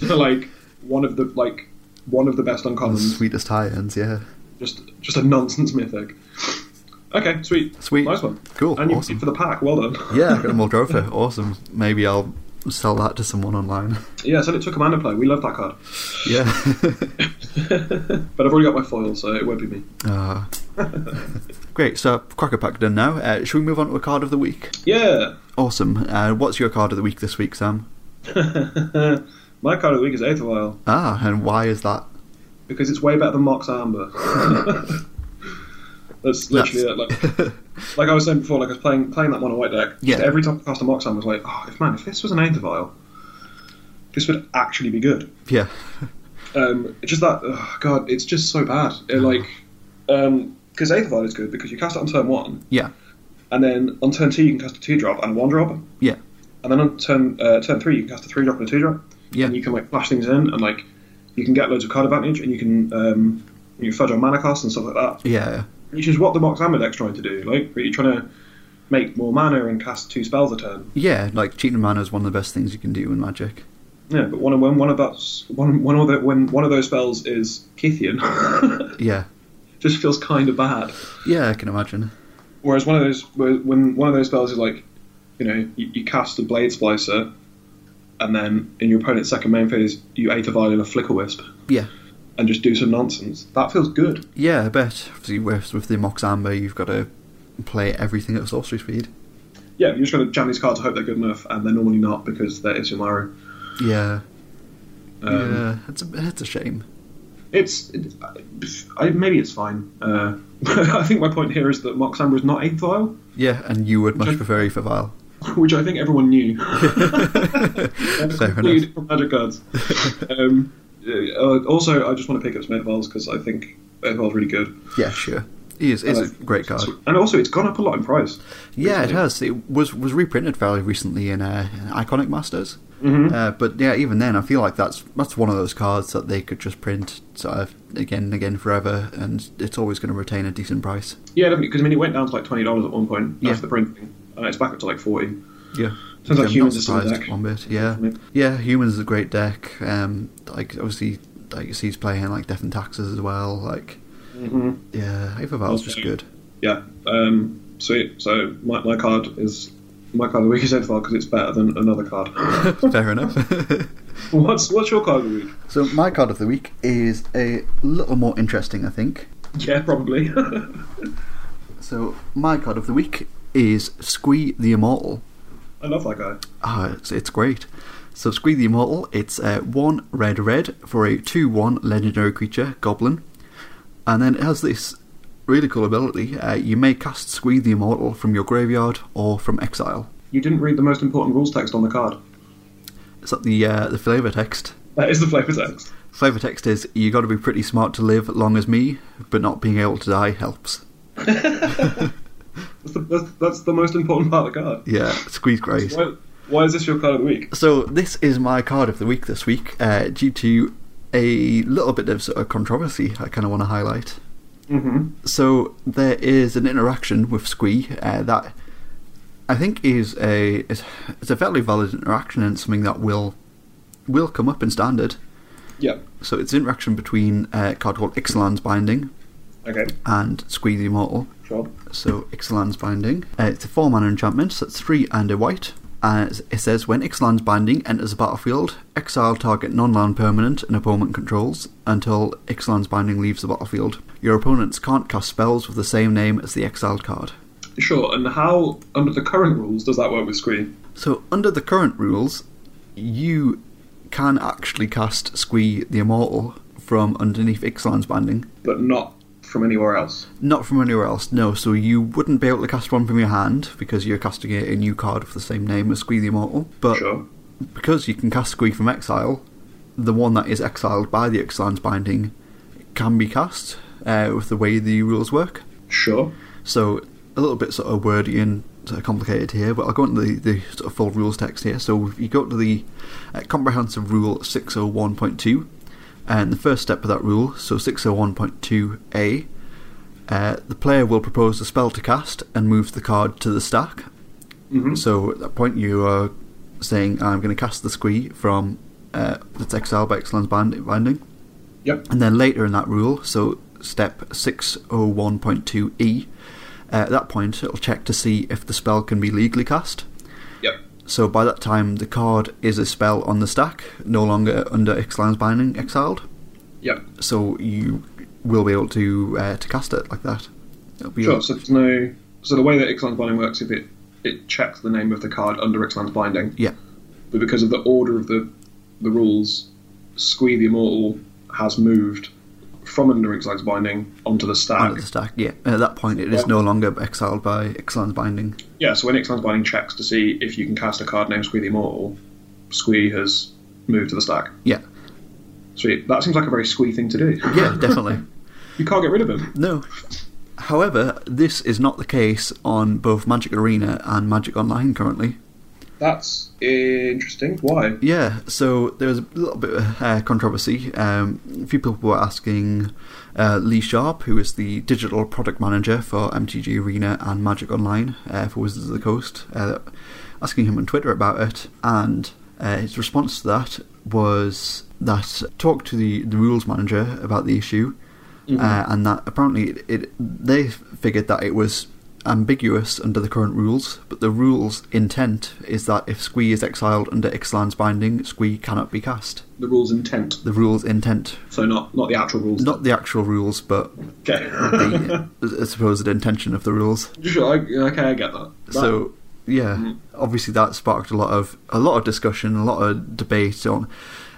B: to like one of the like one of the best
A: the
B: uncommons.
A: sweetest high ends, yeah.
B: Just just a nonsense mythic. Okay, sweet,
A: Sweet.
B: nice one,
A: Cool,
B: And you
A: awesome.
B: for the pack, well done.
A: Yeah, I got a Moldrova. awesome. Maybe I'll sell that to someone online.
B: yeah. Send it to a commander play. We love that card,
A: Yeah.
B: but I've already got my foil, so it won't be me.
A: Ah. great. So Cracker Pack done now. Uh, should we move on to a card of the week?
B: Yeah,
A: Awesome. Uh, what's your card of the week this week, Sam?
B: my card of the week is Aetherwile
A: Ah, and why is that?
B: because it's way better than Mox Amber. That's literally it. Like, like I was saying before, like I was playing playing that mono white deck.
A: Yeah.
B: Every time I cast a Moxham, I was like, oh, if man, if this was an Aether Vial, this would actually be good.
A: yeah.
B: Um, it's just that, oh, God, it's just so bad. It,
A: Mm-hmm.
B: like, because Aether Vial is good because you cast it on turn one,
A: Yeah.
B: and then on turn two you can cast a two drop and a one drop, and
A: Yeah.
B: then on turn uh, turn three you can cast a three drop and a two drop,
A: Yeah.
B: and you can like flash things in and like you can get loads of card advantage and you can um, you can fudge on mana costs and stuff like that
A: Yeah.
B: which is what the Mox Amber deck's trying to do. Like, where you're trying to make more mana and cast two spells a turn.
A: Yeah. Like cheating mana is one of the best things you can do in Magic.
B: Yeah, but one of when one of that's one one of the, when one of those spells is Kithian,
A: Yeah.
B: just feels kind of bad.
A: Yeah, I can imagine.
B: Whereas one of those where- when one of those spells is like, you know, you, you cast a Blade Splicer, and then in your opponent's second main phase you Aether Vial and a Flicker Wisp,
A: Yeah.
B: and just do some nonsense. That feels good.
A: Yeah, I bet. Obviously, with, with the Mox Amber, you've got to play everything at sorcery speed.
B: Yeah, you're just going to jam these cards, hope they're good enough, and they're normally not because they're Isamaru.
A: Yeah.
B: Um,
A: yeah. It's a, it's a shame.
B: It's, it, I, maybe it's fine. Uh, I think my point here is that Mox Amber is not eighth vial.
A: Yeah, and you would much
B: Okay.
A: prefer Aether Vial.
B: which I think everyone knew. Include from magic cards. Um, uh, also, I just want to pick up some Edval's because I think Edval's really good.
A: Yeah, sure. He is, is a great card.
B: And also, it's gone up a lot in price.
A: Yeah, it has. It was was reprinted fairly recently in, uh, in Iconic Masters.
B: Mhm.
A: Uh, but yeah, even then, I feel like that's that's one of those cards that they could just print sort of again and again forever, and it's always going to retain a decent price.
B: Yeah, because I mean, it went down to like twenty dollars at one point
A: Yeah.
B: after the printing, and it's back up to like forty.
A: Yeah.
B: Sounds like
A: I'm
B: humans
A: not
B: are still
A: surprised
B: back.
A: one bit. Yeah, yeah. Humans is a great deck. Um, like obviously, like he's playing like Death and Taxes as well. Like,
B: Mhm.
A: yeah, Aetherval's just
B: Okay.
A: good.
B: Yeah. Um, sweet. So my, my card is my card of the week is Edval because it's better than another card.
A: Fair enough.
B: what's what's your card of the week?
A: So my card of the week is a little more interesting, I think.
B: Yeah, probably.
A: So my card of the week is Squee the Immortal.
B: I love that guy.
A: Ah, it's, it's great. So Squee the Immortal, it's uh, one red red for a two one legendary creature goblin, and then it has this really cool ability. Uh, you may cast Squee the Immortal from your graveyard or from exile.
B: You didn't read the most important rules text on the card.
A: Is that the uh, the flavor text?
B: That is the flavor text.
A: Flavor text is you got to be pretty smart to live long as me, but not being able to die helps.
B: That's the, that's, that's the most important part of the card.
A: Yeah, Squeeze great.
B: Why, why is this your card of the week?
A: So this is my card of the week this week, uh, due to a little bit of sort of controversy. I kind of want to highlight.
B: Mm-hmm.
A: So there is an interaction with Squee uh, that I think is a is, it's a fairly valid interaction and something that will will come up in standard.
B: Yeah.
A: So it's an interaction between uh, a card called Ixalan's Binding
B: Okay.
A: and Squee the Immortal.
B: Sure.
A: So Ixalan's Binding. Uh, it's a four mana enchantment, so it's three and a white. Uh, it says when Ixalan's Binding enters the battlefield, exile target non-land permanent an opponent controls until Ixalan's Binding leaves the battlefield. Your opponents can't cast spells with the same name as the exiled card.
B: Sure. And how, under the current rules, does that work with Screen?
A: So under the current rules, you can actually cast Squee the Immortal from underneath Ixalan's Binding.
B: but not from anywhere else?
A: Not from anywhere else, no. So you wouldn't be able to cast one from your hand because you're casting a, a new card with the same name as Squee the Immortal. But
B: Sure.
A: because you can cast Squee from exile, the one that is exiled by the Exilan's Binding can be cast uh, with the way the rules work.
B: Sure.
A: So a little bit sort of wordy and sort of complicated here, but I'll go into the, the sort of full rules text here. So if you go to the uh, comprehensive rule 601.2, and the first step of that rule, so 601.2a, uh, the player will propose a spell to cast and move the card to the stack.
B: Mhm.
A: So at that point, you are saying, I'm going to cast the squee from uh, its exile by excellence bind- binding.
B: Yep.
A: And then later in that rule, so step 601.2e, uh, at that point it'll check to see if the spell can be legally cast.
B: Yep.
A: So by that time, the card is a spell on the stack, no longer under Exile's Binding, exiled.
B: Yep.
A: So you will be able to uh, to cast it like that. It'll be
B: Sure. So there's no. So the way that Ixalan's Binding works, if it it checks the name of the card under Ixalan's Binding,
A: Yeah.
B: but because of the order of the the rules, Squee the Immortal has moved from under Ixalan's Binding onto the stack.
A: Under the stack, yeah. And at that point, it is no longer exiled by Exile's Binding.
B: Yeah. So when Ixalan's Binding checks to see if you can cast a card named Squee the Immortal, Squee has moved to the stack.
A: Yeah,
B: Sweet. That seems like a very Squee thing to do.
A: yeah, definitely.
B: you can't get rid of him.
A: No. However, this is not the case on both Magic Arena and Magic Online currently.
B: That's interesting. Why?
A: Yeah, so there was a little bit of uh, controversy. Um, a few people were asking uh, Lee Sharp, who is the digital product manager for MTG Arena and Magic Online uh, for Wizards of the Coast, uh, asking him on Twitter about it, and uh, his response to that was that talk to the, the rules manager about the issue, uh, and that apparently it, it they figured that it was ambiguous under the current rules, but the rules intent is that if Squee is exiled under Ixalan's binding, Squee cannot be cast.
B: The rules intent.
A: The rules intent,
B: So not not the actual rules.
A: not the actual rules, but
B: okay.
A: the the supposed intention of the rules.
B: Sure, I, okay, I get that. That-
A: So yeah, obviously that sparked a lot of a lot of discussion, a lot of debate on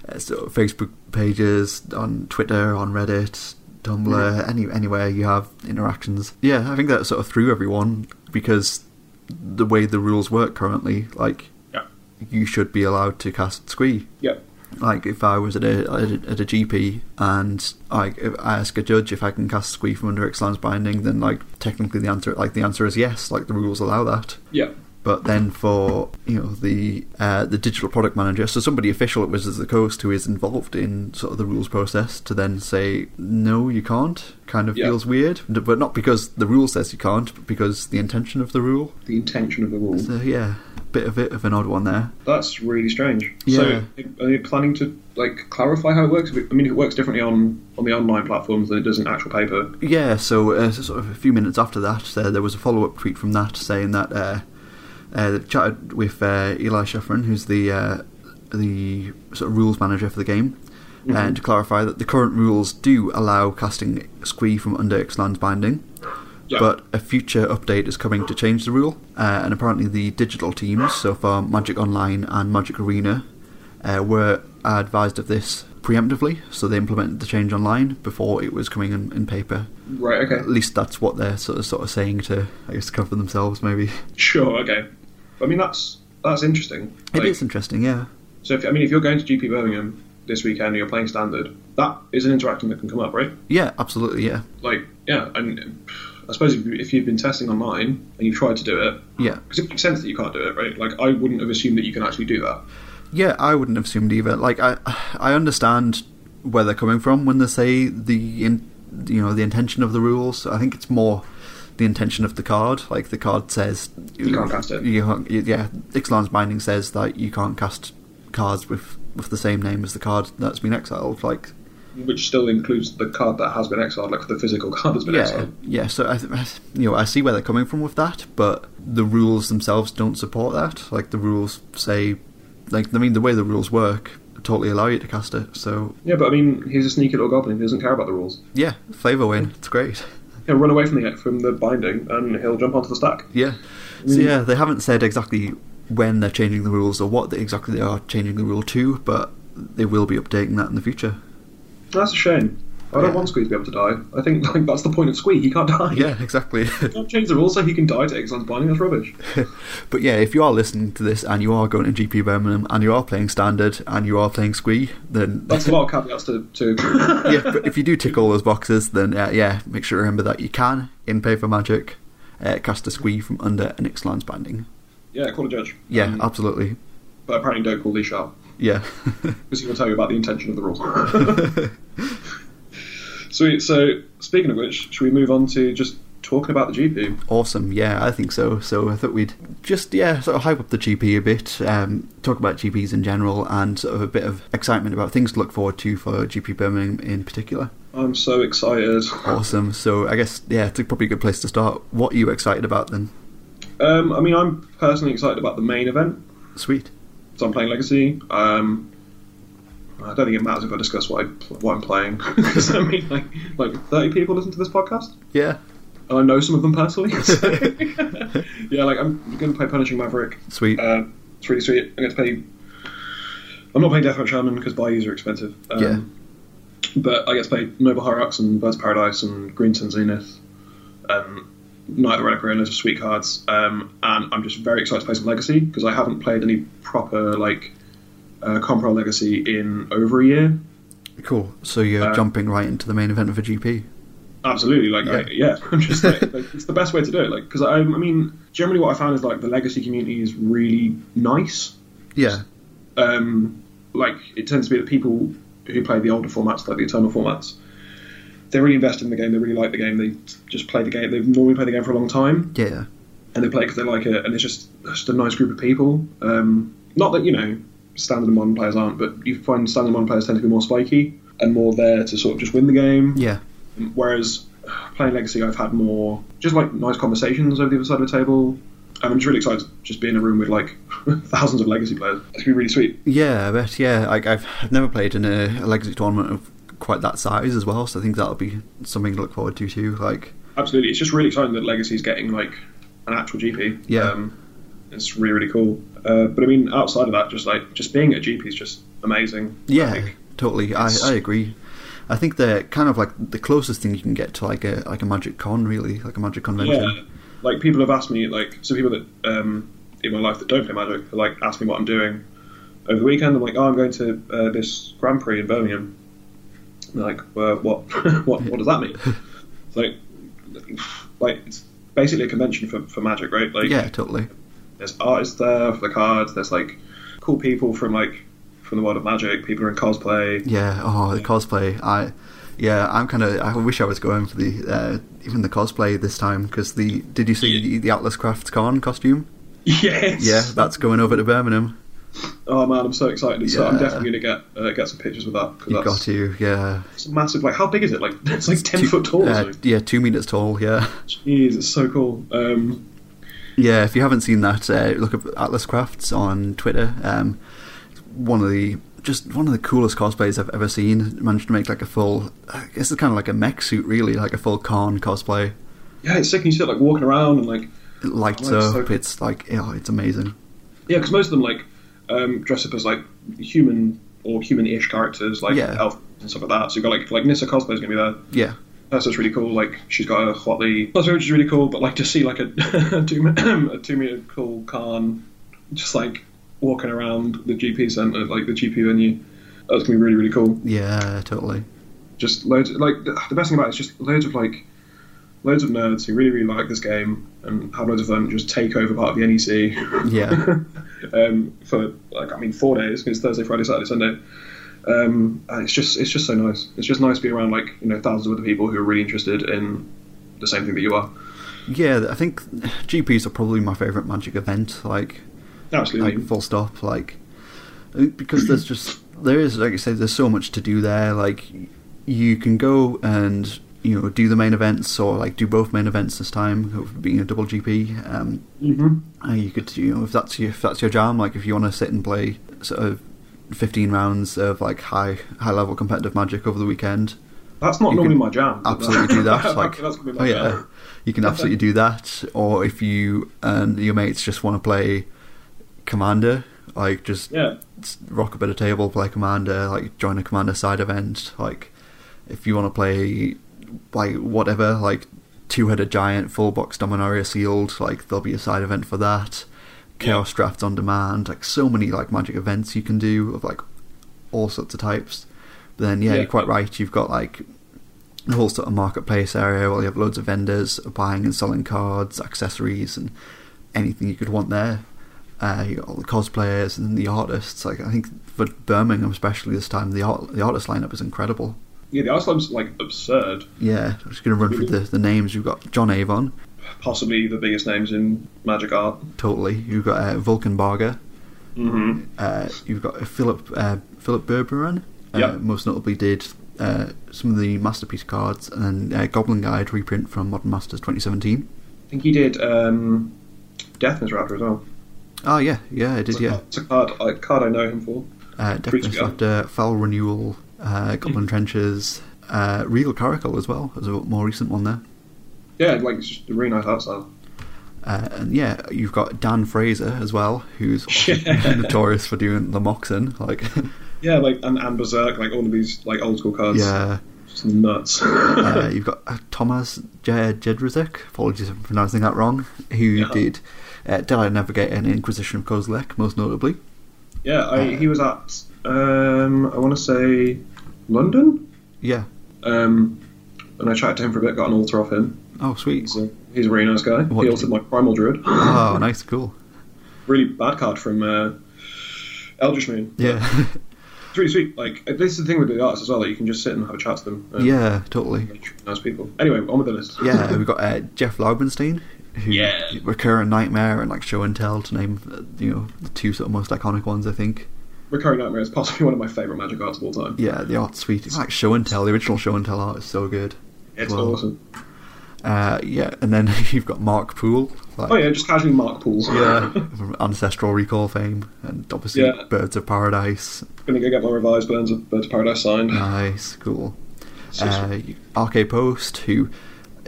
A: uh, sort of Facebook pages, on Twitter, on Reddit, Tumblr, any anywhere you have interactions. Yeah, I think that sort of threw everyone because the way the rules work currently, like
B: Yeah.
A: you should be allowed to cast squee.
B: Yeah.
A: Like if I was at a at a, at a GP and like if I ask a judge if I can cast squee from under Ixalan's binding, then like technically the answer like the answer is yes. Like the rules allow that.
B: Yeah.
A: But then for you know the uh, the digital product manager, so somebody official at Wizards of the Coast who is involved in sort of the rules process, to then say no, you can't, kind of
B: Yeah.
A: feels weird. But not because the rule says you can't, but because the intention of the rule.
B: The intention of the rule.
A: So yeah, bit of it of an odd one there.
B: That's really strange.
A: Yeah.
B: So, are you planning to like clarify how it works? I mean, it works differently on on the online platforms than it does in actual paper.
A: Yeah, so uh, so sort of a few minutes after that, uh, there was a follow up tweet from that saying that uh, uh, they've chatted with uh, Eli Sheffrin, who's the uh, the sort of rules manager for the game, and to clarify that the current rules do allow casting Squee from under Ixalan's binding.
B: Yeah.
A: But a future update is coming to change the rule, uh, and apparently the digital teams, so far Magic Online and Magic Arena, uh, were advised of this preemptively, so they implemented the change online before it was coming in, in paper.
B: Right. Okay.
A: At least that's what they're sort of, sort of saying to, I guess, cover themselves, maybe.
B: Sure. Okay. I mean, that's that's interesting.
A: It
B: Like,
A: is interesting, yeah.
B: So, if, I mean, if you're going to GP Birmingham this weekend and you're playing standard, that is an interaction that can come up, right?
A: Yeah, absolutely, yeah.
B: Like, yeah. And I suppose if, you- if you've been testing online and you've tried to do it,
A: Yeah.
B: because it makes sense that you can't do it, right? Like, I wouldn't have assumed that you can actually do that.
A: Yeah, I wouldn't have assumed either. Like, I, I understand where they're coming from when they say the, in, you know, the intention of the rules. I think it's more the intention of the card. Like, the card says
B: You can't cast it.
A: You can't, you- yeah, Ixalan's Binding says that you can't cast cards with with the same name as the card that's been exiled. Like,
B: Which still includes the card that has been exiled, like the physical card that's been
A: yeah,
B: exiled.
A: yeah. So I, th- I th- you know, I see where they're coming from with that, but the rules themselves don't support that. Like the rules say, like I mean, the way the rules work totally allow you to cast it. So
B: Yeah, but I mean, he's a sneaky little goblin who doesn't care about the rules.
A: yeah, flavor win. It's great.
B: He'll run away from the from the binding and he'll jump onto the stack.
A: Yeah. So
B: Mm.
A: yeah, they haven't said exactly when they're changing the rules or what they, exactly they are changing the rule to, but they will be updating that in the future.
B: That's a shame. I don't
A: Yeah.
B: want Squee to be able to die. I think like that's the point of Squee. He can't die.
A: Yeah, exactly.
B: Don't change the rules so he can die to Exxon's binding. That's rubbish.
A: but yeah, if you are listening to this and you are going to GP Birmingham and you are playing standard and you are playing squee, then
B: That's a lot of caveats to. to
A: yeah, but if you do tick all those boxes, then uh, yeah, make sure to remember that you can, in Paper Magic, uh, cast a squee from under an Ixalan's binding.
B: yeah, call a judge.
A: Yeah,
B: Um,
A: absolutely.
B: but apparently don't call Lee Sharp
A: Yeah.
B: because he will tell you about the intention of the rules. Sweet. So speaking of which, should we move on to just talking about the GP?
A: awesome. Yeah, I think so. So I thought we'd just, yeah, sort of hype up the GP a bit, um, talk about GPs in general, and sort of a bit of excitement about things to look forward to for GP Birmingham in particular.
B: I'm so excited.
A: Awesome. So I guess, yeah, it's probably a good place to start. What are you excited about then?
B: Um, I mean, I'm personally excited about the main event.
A: Sweet.
B: So I'm playing Legacy. Um, I don't think it matters if I discuss what, I, what I'm playing. 'Cause, I mean, like, like 30 people listen to this podcast,
A: Yeah.
B: and I know some of them personally. so- yeah, like, I'm going to play Punishing Maverick.
A: Sweet.
B: Uh, it's really sweet. I'm going to play. I'm not playing Deathmatch Shaman because bayous are expensive. Um,
A: Yeah.
B: But I get to play Noble Hierarchs and Birds of Paradise and Green Sun Zenith. Um, Knight of the Reliquary and loads of sweet cards. Um, and I'm just very excited to play some Legacy because I haven't played any proper like uh, Compro Legacy in over a year.
A: Cool. So you're
B: uh,
A: jumping right into the main event of a GP.
B: Absolutely, like I, yeah, I'm just like, like, it's the best way to do it. Like because I, I mean, generally what I found is like the Legacy community is really nice.
A: Yeah.
B: um, like it tends to be that people who play the older formats, like the Eternal formats, they're really invested in the game. They really like the game. They just play the game. They've normally played the game for a long time,
A: Yeah.
B: and they play because they like it. And it's just just a nice group of people. Um, not that you know standard and modern players aren't, but you find standard and modern players tend to be more spiky and more there to sort of just win the game.
A: Yeah.
B: Whereas playing Legacy, I've had more just like nice conversations over the other side of the table. And I'm just really excited to just be in a room with like thousands of Legacy players. It's gonna be really sweet.
A: Yeah, I bet. Yeah, I, I've I've never played in a, a legacy tournament of quite that size as well, so I think that'll be something to look forward to too. Like,
B: Absolutely, it's just really exciting that Legacy's getting like an actual GP.
A: Yeah.
B: um, it's really really cool. Uh, but I mean, outside of that, just like just being at GP is just amazing.
A: yeah,
B: Like,
A: totally. I,
B: it's-
A: I agree. I think they're kind of like the closest thing you can get to like a like a magic con, really, like a magic
B: yeah,
A: convention.
B: Uh, Like people have asked me, like some people that um, in my life that don't play Magic, like asked me what I'm doing over the weekend. I'm like, oh, I'm going to uh, this Grand Prix in Birmingham. And they're like, well, what, what, what does that mean? It's like, like it's basically a convention for, for Magic, right? Like,
A: yeah, totally.
B: There's artists there for the cards. There's like cool people from like from the world of Magic. People are in cosplay.
A: Yeah. Oh, the cosplay. I yeah, I'm kind of. I wish I was going for the uh, even the cosplay this time because the did you see
B: Yeah.
A: the, the Atlas Crafts Con costume?
B: Yes.
A: Yeah, that's going over to Birmingham.
B: Oh man, I'm so excited! So I'm
A: Yeah.
B: definitely gonna get uh, get some pictures with that
A: You got
B: because that's
A: to. Yeah.
B: it's massive. Like, how big is it? Like, it's like ten
A: Two-
B: foot tall. or
A: uh,
B: something.
A: yeah, two meters tall. Yeah.
B: Jeez, it's so cool. Um,
A: Yeah, if you haven't seen that, uh, look up Atlas Crafts on Twitter. Um, one of the just one of the coolest cosplays I've ever seen. Managed to make like a full. I guess it's kind of like a mech suit, really, like a full con cosplay.
B: yeah, it's sick. And you see it like walking around and like
A: It lights
B: Oh, it's so
A: up.
B: cool.
A: It's like yeah, it's amazing.
B: yeah, because most of them like um, dress up as like human or human-ish characters, like
A: Yeah.
B: elf and stuff like that. So you've got like like Nissa cosplay is gonna be there.
A: Yeah,
B: That's just really cool. Like she's got a Huatli cosplay, which is really cool. But like to see like a two me- a two meter cool Khan just like walking around the GP center, like the GP venue. That's gonna be really really cool.
A: yeah, totally.
B: Just loads like the the best thing about it is just loads of like loads of nerds who really really like this game and have loads of fun. Just take over part of the E NEC.
A: Yeah.
B: um, for like I mean four days. 'cause It's Thursday, Friday, Saturday, Sunday. Um, and it's just it's just so nice. It's just nice to be around like you know thousands of other people who are really interested in the same thing that you are.
A: Yeah, I think GPs are probably my favourite magic event. Like,
B: Absolutely.
A: like full stop. Like, because
B: Mm-hmm.
A: there's just there is like I say, there's so much to do there. Like, you can go and you know do the main events or like do both main events this time. of Being a double GP, um,
B: hmm
A: uh, you could you know if that's your, if that's your jam. Like, if you want to sit and play sort of. 15 rounds of like high high level competitive magic over the weekend
B: That's not
A: You
B: normally
A: can
B: my jam. but
A: absolutely do that. Like,
B: that's gonna be
A: oh
B: my
A: yeah,
B: jam.
A: you can absolutely do that. Or if you and your mates just want to play Commander, like just
B: Yeah.
A: s- rock a bit of table, play Commander, like join a Commander side event. Like, if you want to play like whatever, like two-headed giant, full box Dominaria sealed, like there'll be a side event for that. Chaos drafts on demand, like so many like magic events you can do of like all sorts of types. But then yeah,
B: Yeah.
A: you're quite right. You've got like the whole sort of marketplace area where you have loads of vendors buying and selling cards, accessories, and anything you could want there. Uh, you got all the cosplayers and the artists. Like I think for Birmingham especially this time, the art the artist lineup is incredible.
B: Yeah, the ice club's like absurd.
A: Yeah, I'm just gonna run through the, the names. You've got John Avon,
B: Possibly the biggest names in magic art.
A: totally. You've got uh, Vulcan Barger.
B: hmm
A: Uh, you've got Philip uh, Philip Berberon. Uh,
B: Yeah.
A: Most notably did uh, some of the masterpiece cards and uh, Goblin Guide reprint from Modern Masters 2017.
B: I think he did um, Death Misraptor as well.
A: Oh yeah, yeah, I
B: It's
A: did
B: a-
A: yeah.
B: It's a card, a card I know him for.
A: Uh,
B: Creature
A: Death's
B: Guard.
A: after Foul Renewal, uh, Goblin Trenches, uh, Regal Caracal as well as a more recent one there.
B: Yeah, like it's just a really nice art style.
A: Uh, and yeah, you've got Dan Fraser as well, who's
B: Yeah.
A: notorious for doing the Moxon. Like,
B: Yeah, like and, and Berserk, like all of these like old school cards.
A: yeah,
B: Just nuts.
A: uh, you've got uh, Thomas Je- Jedrzejczyk, apologies if I'm pronouncing that wrong, who
B: Yeah.
A: did uh, Deadeye Navigator and Inquisition of Kozilek, most notably.
B: yeah, I,
A: uh,
B: he was at um, I want to say London,
A: Yeah.
B: um, and I chatted to him for a bit, got an altar off him.
A: Oh, sweet.
B: So he's a really nice guy.
A: What
B: he
A: did
B: altered my Primal Druid.
A: Oh, nice, cool.
B: really bad card from uh, Eldritch Moon.
A: Yeah,
B: It's really sweet. Like uh, this is the thing with the artists as well. That you can just sit and have a chat to them. and
A: yeah, totally.
B: they're really Nice people. Anyway, on with the list.
A: yeah, we've got uh, Jeff Laubenstein, who
B: Yeah.
A: recurrent nightmare and like show and tell to name uh, you know the two sort of most iconic ones I think.
B: Recurring Nightmare is possibly one of my favorite magic arts of all time.
A: Yeah, the art suite, it's like show and tell. The original show and tell art is so good.
B: It's
A: Well-
B: awesome.
A: Uh, yeah, and then you've got Mark Poole, like
B: Oh yeah, just casually Mark Pools.
A: yeah, from ancestral recall fame, and obviously
B: Yeah.
A: Birds of Paradise.
B: Gonna go get my revised Burns of Birds of Paradise signed.
A: Nice, cool.
B: It's just-
A: Uh, you- RK Post, who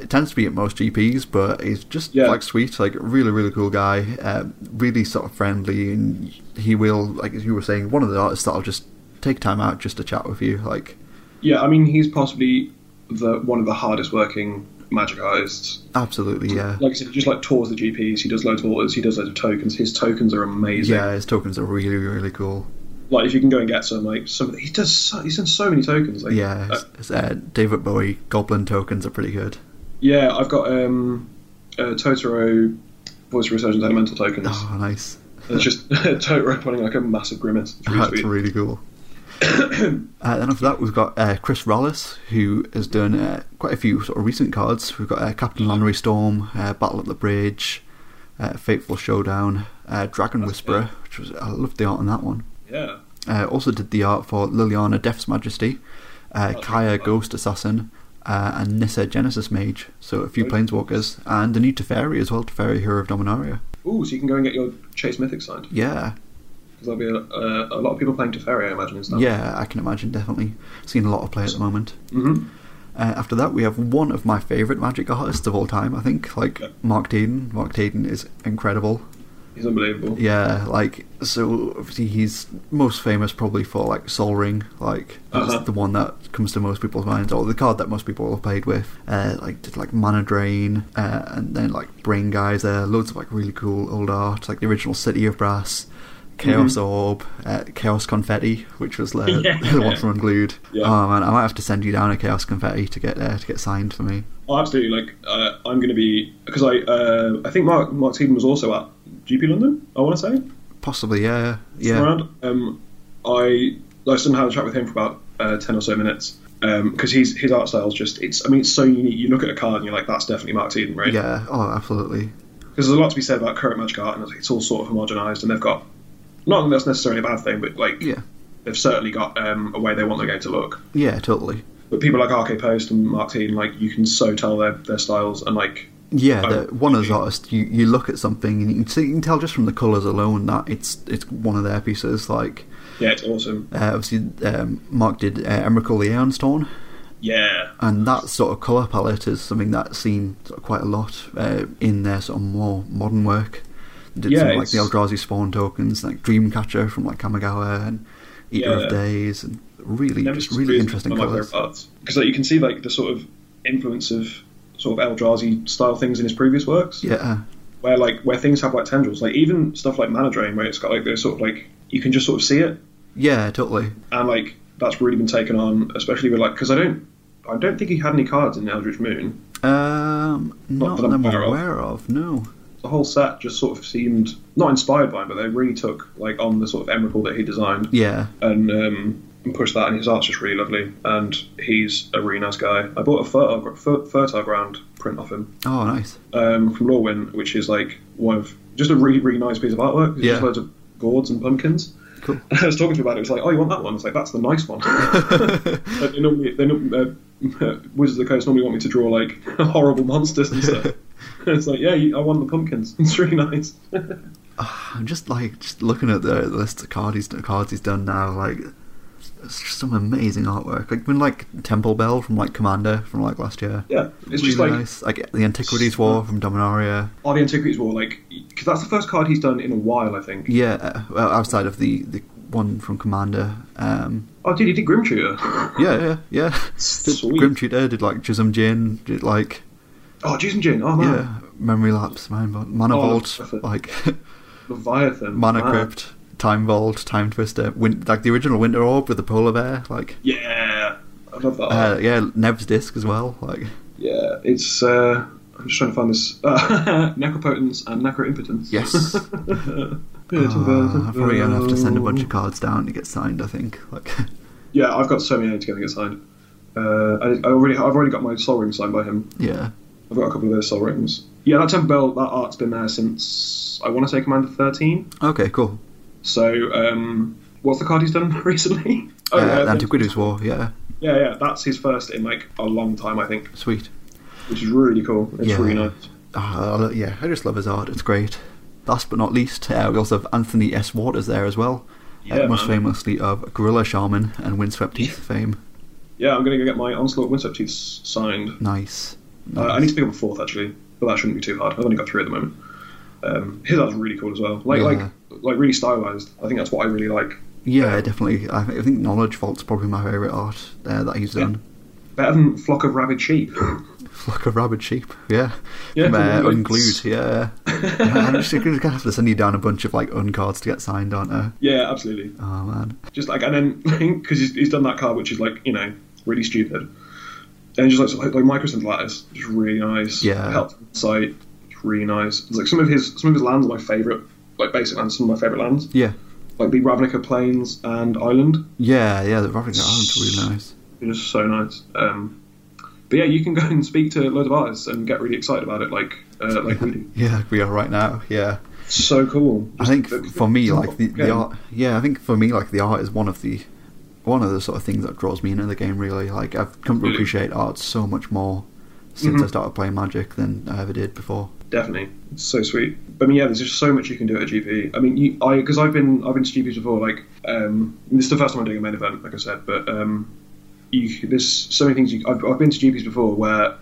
A: tends to be at most GPs, but is just
B: Yeah.
A: like sweet, like really, really cool guy, uh, really sort of friendly, and he will, like as you were saying, one of the artists that'll just take time out just to chat with you, like
B: yeah, I mean he's possibly the one of the hardest working magic artists.
A: Absolutely, yeah.
B: Like I said, he just like tours the GPs. He does loads of orders. He does loads of tokens. His tokens are amazing.
A: Yeah, his tokens are really, really cool.
B: Like if you can go and get some, like some he does. So, he's done so many tokens. Like,
A: yeah,
B: uh,
A: his, his, uh, David Bowie Goblin tokens are pretty good.
B: yeah. I've got um, uh, Totoro voice resurgence elemental tokens.
A: Oh, nice.
B: It's just Totoro putting like a massive grimace. It's really
A: That's
B: sweet.
A: really cool. uh, then after that, we've got uh, Chris Rollis, who has done uh, quite a few sort of recent cards. We've got uh, Captain Lannery Storm, uh, Battle at the Bridge, uh, Fateful Showdown, uh, Dragon Whisperer, which was I loved the art on that one.
B: Yeah.
A: Uh, also did the art for Liliana Death's Majesty, uh, Kaya Ghost Assassin, uh, and Nissa Genesis Mage. So a few planeswalkers and a new Teferi as well, Teferi Hero of Dominaria.
B: Ooh, so you can go and get your Chase Mythic signed
A: Yeah,
B: because there'll be a, uh, a, a lot of people playing Teferi, I imagine. Is that?
A: yeah, I can imagine definitely. Seen a lot of play at the moment.
B: hmm
A: Uh, after that, we have one of my favourite magic artists of all time, I think, like
B: Yeah.
A: Mark Taden. Mark Taden is incredible.
B: He's unbelievable.
A: Yeah, like, so obviously he's most famous probably for, like, Sol Ring. Like, that's
B: Uh-huh.
A: the one that comes to most people's minds, or the card that most people have played with. Uh, like, did, like, Mana Drain, uh, and then, like, Brain Guys there. Loads of, like, really cool old art, like the original City of Brass. Chaos
B: Mm-hmm.
A: Orb, uh, Chaos Confetti, which was the, the one from Unglued.
B: Yeah.
A: Oh man, I might have to send you down a Chaos Confetti to get uh, to get signed for me.
B: Oh, absolutely. Like uh, I'm going to be because I uh, I think Mark Mark Tegan was also at GP London. I want to say
A: Possibly, yeah, yeah.
B: around. Um, I I sat and had a chat with him for about uh, ten or so minutes because he's his art style is just it's I mean it's so unique. You look at a card and you're like that's definitely Mark Tegan, right?
A: Yeah, oh, absolutely.
B: Because there's a lot to be said about current magic art and it's all sort of homogenized and they've got not that that's necessarily a bad thing, but like
A: Yeah,
B: they've certainly got um, a way they want their game to look.
A: yeah, totally.
B: But people like RK Post and Mark Tegan, like you can so tell their their styles and like
A: Yeah,
B: Oh,
A: the, one of those
B: okay.
A: artists, you, you look at something and you can, see, you can tell just from the colours alone that it's it's one of their pieces. Like,
B: yeah, it's awesome.
A: uh, obviously, um, Mark did uh, Emrakul the Ironstorn,
B: Yeah.
A: and that sort of colour palette is something that's seen sort of quite a lot uh, in their sort of more modern work. They Did
B: Yeah,
A: some, like the
B: it's-
A: Eldrazi Spawn tokens, like Dreamcatcher from like Kamigawa and Eater
B: Yeah.
A: of Days, and really,
B: Nemesis
A: just really
B: is
A: interesting
B: one of my
A: colours.
B: favourite parts because like, you can see like the sort of influence of sort of Eldrazi style things in his previous works,
A: Yeah,
B: where like where things have like tendrils, like even stuff like Mana Drain, where it's got like those sort of like you can just sort of see it,
A: yeah, totally.
B: and like that's really been taken on, especially with like because I don't I don't think he had any cards in Eldritch Moon.
A: Um, not,
B: that
A: that I'm
B: I'm
A: aware,
B: aware
A: of.
B: of.
A: No.
B: The whole set just sort of seemed not inspired by him, but they really took like on the sort of Emrakul that he designed
A: Yeah.
B: and. um and pushed that, and his art's just really lovely, and he's a really nice guy. I bought a fertile, Fer- fertile ground print off him,
A: Oh, nice.
B: um, from Lorwyn, which is like one of just a really really nice piece of artwork. It's
A: Yeah.
B: just loads of gourds and pumpkins.
A: Cool.
B: I was talking to him about it. It was like, oh, you want that one? It's like that's the nice one. Like, they normally, they normally, uh, Wizards of the Coast normally want me to draw like horrible monsters and stuff. and it's like, yeah, you, I want the pumpkins. It's really nice.
A: I'm just like just looking at the list of cards he's, cards he's done now. Like, it's just some amazing artwork. Like, even like Temple Bell from like Commander from like last year.
B: yeah, it's
A: really
B: just like
A: nice. Like the Antiquities War from Dominaria.
B: oh, the Antiquities War, like because that's the first card he's done in a while, I think.
A: Yeah. uh, Well, outside of the the one from Commander. Um.
B: Oh, dude, he did Grim Tutor.
A: Yeah. Yeah. Yeah. Did
B: Sweet.
A: Grim Tutor did like Chisholm Jin. Did like
B: oh, Jason Jin. Oh man,
A: yeah. Memory Lapse. Mind Vault. Mana
B: Oh,
A: Vault.
B: that's perfect.
A: Like.
B: Leviathan.
A: Mana
B: man.
A: Crypt, Time Vault, Time Twister, win- like the original Winter Orb with the polar bear, like
B: Yeah, I love that. art.
A: uh, yeah, Nev's disc as well, like
B: Yeah, it's. Uh, I'm just trying to find this. Uh, necropotence and necroimpotence.
A: yes. Uh, I'm probably gonna have to send a bunch
B: Uh,
A: of cards down to get signed. I think like
B: Yeah, I've got so many I need to get things signed. Uh, I, I already, I've already got my soul ring signed by him.
A: yeah,
B: I've got a couple of those soul rings. Yeah, that temple bell, that art's been there since I want to say Commander 13.
A: okay, cool.
B: So, um, what's the card he's done recently?
A: Uh,
B: Oh, yeah,
A: the Antiquities War, yeah,
B: Yeah, yeah, that's his first in like a long time, I think,
A: sweet.
B: which is really cool. It's
A: Yeah.
B: really nice.
A: Ah, I lo- yeah, I just love his art. It's great. Last but not least, uh, we also have Anthony S. Waters there as well,
B: Yeah,
A: uh, most
B: man.
A: famously of Gorilla Shaman and Windswept Teeth fame.
B: Yeah, I'm gonna go get my onslaught windswept teeth signed.
A: Nice.
B: Uh,
A: Nice.
B: I need to pick up a fourth actually, but that shouldn't be too hard. I've only got three at the moment. Um, his art's really cool as well. Like
A: Yeah.
B: like like really stylized. I think that's what I really like.
A: Yeah, definitely. I, I think Knowledge Vault's probably my favourite art uh, that he's done.
B: Better than flock of rabid sheep.
A: Flock of rabid sheep. Yeah.
B: Yeah,
A: From, uh,
B: from
A: unglued. Yeah. I'm just going to have to send you down a bunch of like uncards to get signed, aren't I?
B: Yeah, absolutely.
A: Oh man.
B: Just like, and then because he's, he's done that card, which is like you know really stupid, and just like like, like lattice, just really nice.
A: Yeah.
B: help site, it's really nice. It's like some of his some of his lands are my favorite, like basic lands, some of my favorite lands,
A: Yeah.
B: like the Ravnica Plains and Island.
A: Yeah. Yeah. The Ravnica Island's really nice.
B: They're just so nice. Um, but yeah, you can go and speak to loads of artists and get really excited about it, like uh, like we do.
A: Yeah, we are right now. Yeah.
B: So cool.
A: I
B: Just
A: think
B: the-
A: for me, like the,
B: Yeah.
A: the art. Yeah, I think for me, like the art is one of the one of the sort of things that draws me into the game. Really, like I've come to
B: Really?
A: appreciate art so much more since I
B: Mhm.
A: started playing Magic than I ever did before.
B: definitely it's so sweet but i mean yeah there's just so much you can do at a gp i mean you, i because i've been i've been to gps before like um this is the first time i'm doing a main event like i said but um you there's so many things you i've, I've been to gps before where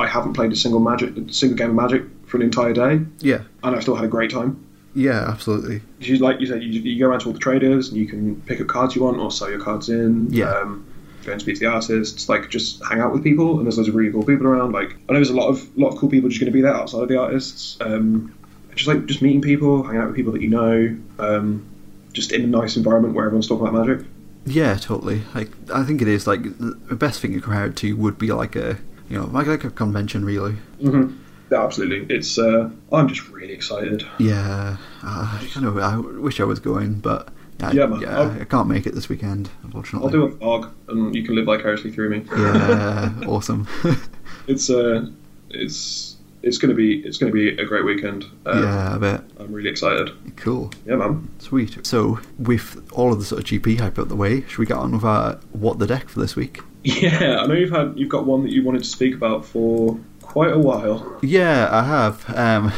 B: i haven't played a single magic a single game of magic for an entire day
A: Yeah.
B: and i've still had a great time
A: Yeah. Absolutely.
B: you, like you said you, you go around to all the traders and you can pick up cards you want or sell your cards in
A: Yeah.
B: um, go and speak to the artists like just hang out with people and there's loads of really cool people around like I know there's a lot of lot of cool people just going to be there outside of the artists um, just like just meeting people hanging out with people that you know um, just in a nice environment where everyone's talking about magic
A: Yeah. Totally. Like I think it is. Like the best thing you compare it to would be like a you know like, like a convention really.
B: mm-hmm. yeah, absolutely it's uh, I'm just really excited
A: Yeah. Uh, I kind of I wish I was going, but. I,
B: Yeah, man. I'll-
A: I can't make it this weekend, unfortunately.
B: I'll do a vlog and you can live vicariously through me
A: Yeah, awesome.
B: it's uh, it's it's going to be it's going to be a great weekend um,
A: yeah, I bet.
B: I'm really excited
A: Cool.
B: Yeah, man.
A: Sweet. So, with all of the sort of GP hype out the way, should we get on with our what the deck for this week?
B: Yeah, I know you've had you've got one that you wanted to speak about for quite a while.
A: Yeah, I have. Um,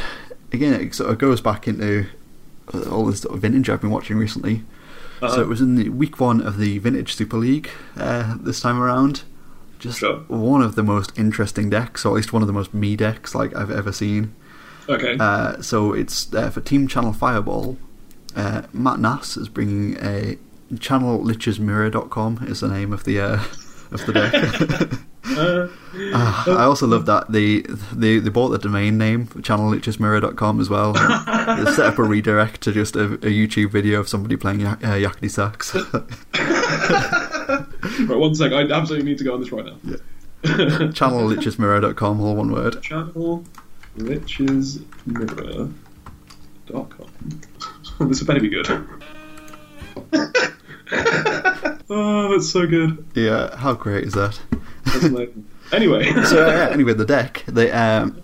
A: again, it sort of goes back into all this sort of vintage I've been watching recently.
B: Uh,
A: So
B: Uh-huh.
A: it was in the week one of the Vintage Super League uh, this time around. Just
B: Sure.
A: one of the most interesting decks, or at least one of the most me decks like I've ever seen.
B: Okay.
A: Uh, so it's uh, for Team Channel Fireball. Uh, Matt Nass is bringing a channel lichesmirror.com is the name of the uh, of the deck.
B: Uh,
A: Ah, I also love that they, they they bought the domain name channellichesmirror.com as well. they set up a redirect to just a, a YouTube video of somebody playing yak- uh, yakety sax.
B: right, one sec. I absolutely need to go on this right now.
A: channellichesmirror.com, all one word.
B: Channel riches mirror dot com. this better be good. oh, that's so good.
A: Yeah, how great is that?
B: That's amazing. anyway,
A: so uh, yeah, anyway, the deck. They, um,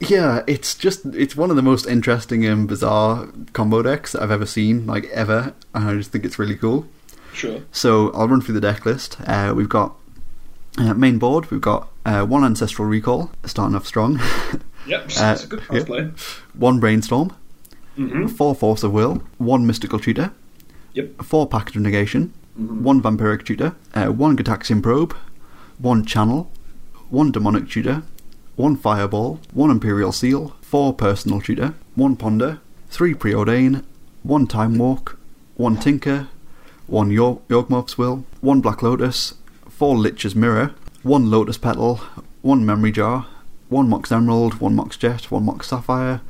A: yeah, it's just it's one of the most interesting and bizarre combo decks that I've ever seen, like ever. And I just think it's really cool.
B: sure.
A: So I'll run through the deck list. Uh, we've got uh, main board. We've got uh, one ancestral recall, starting off strong.
B: Yep, it's
A: Uh,
B: a good
A: yeah.
B: cosplay.
A: one brainstorm,
B: hmm
A: four force of will, one mystical tutor,
B: Yep.
A: four pact of negation, one vampiric tutor, uh, one Gataxian probe, one channel, one demonic tutor, one fireball, one imperial seal, four personal tutor, one ponder, three preordain, one time walk, one tinker, one Yor- Yorgmoth's will, one black lotus, four lich's mirror, one lotus petal, one memory jar, one mox emerald, one mox jet, one mox sapphire,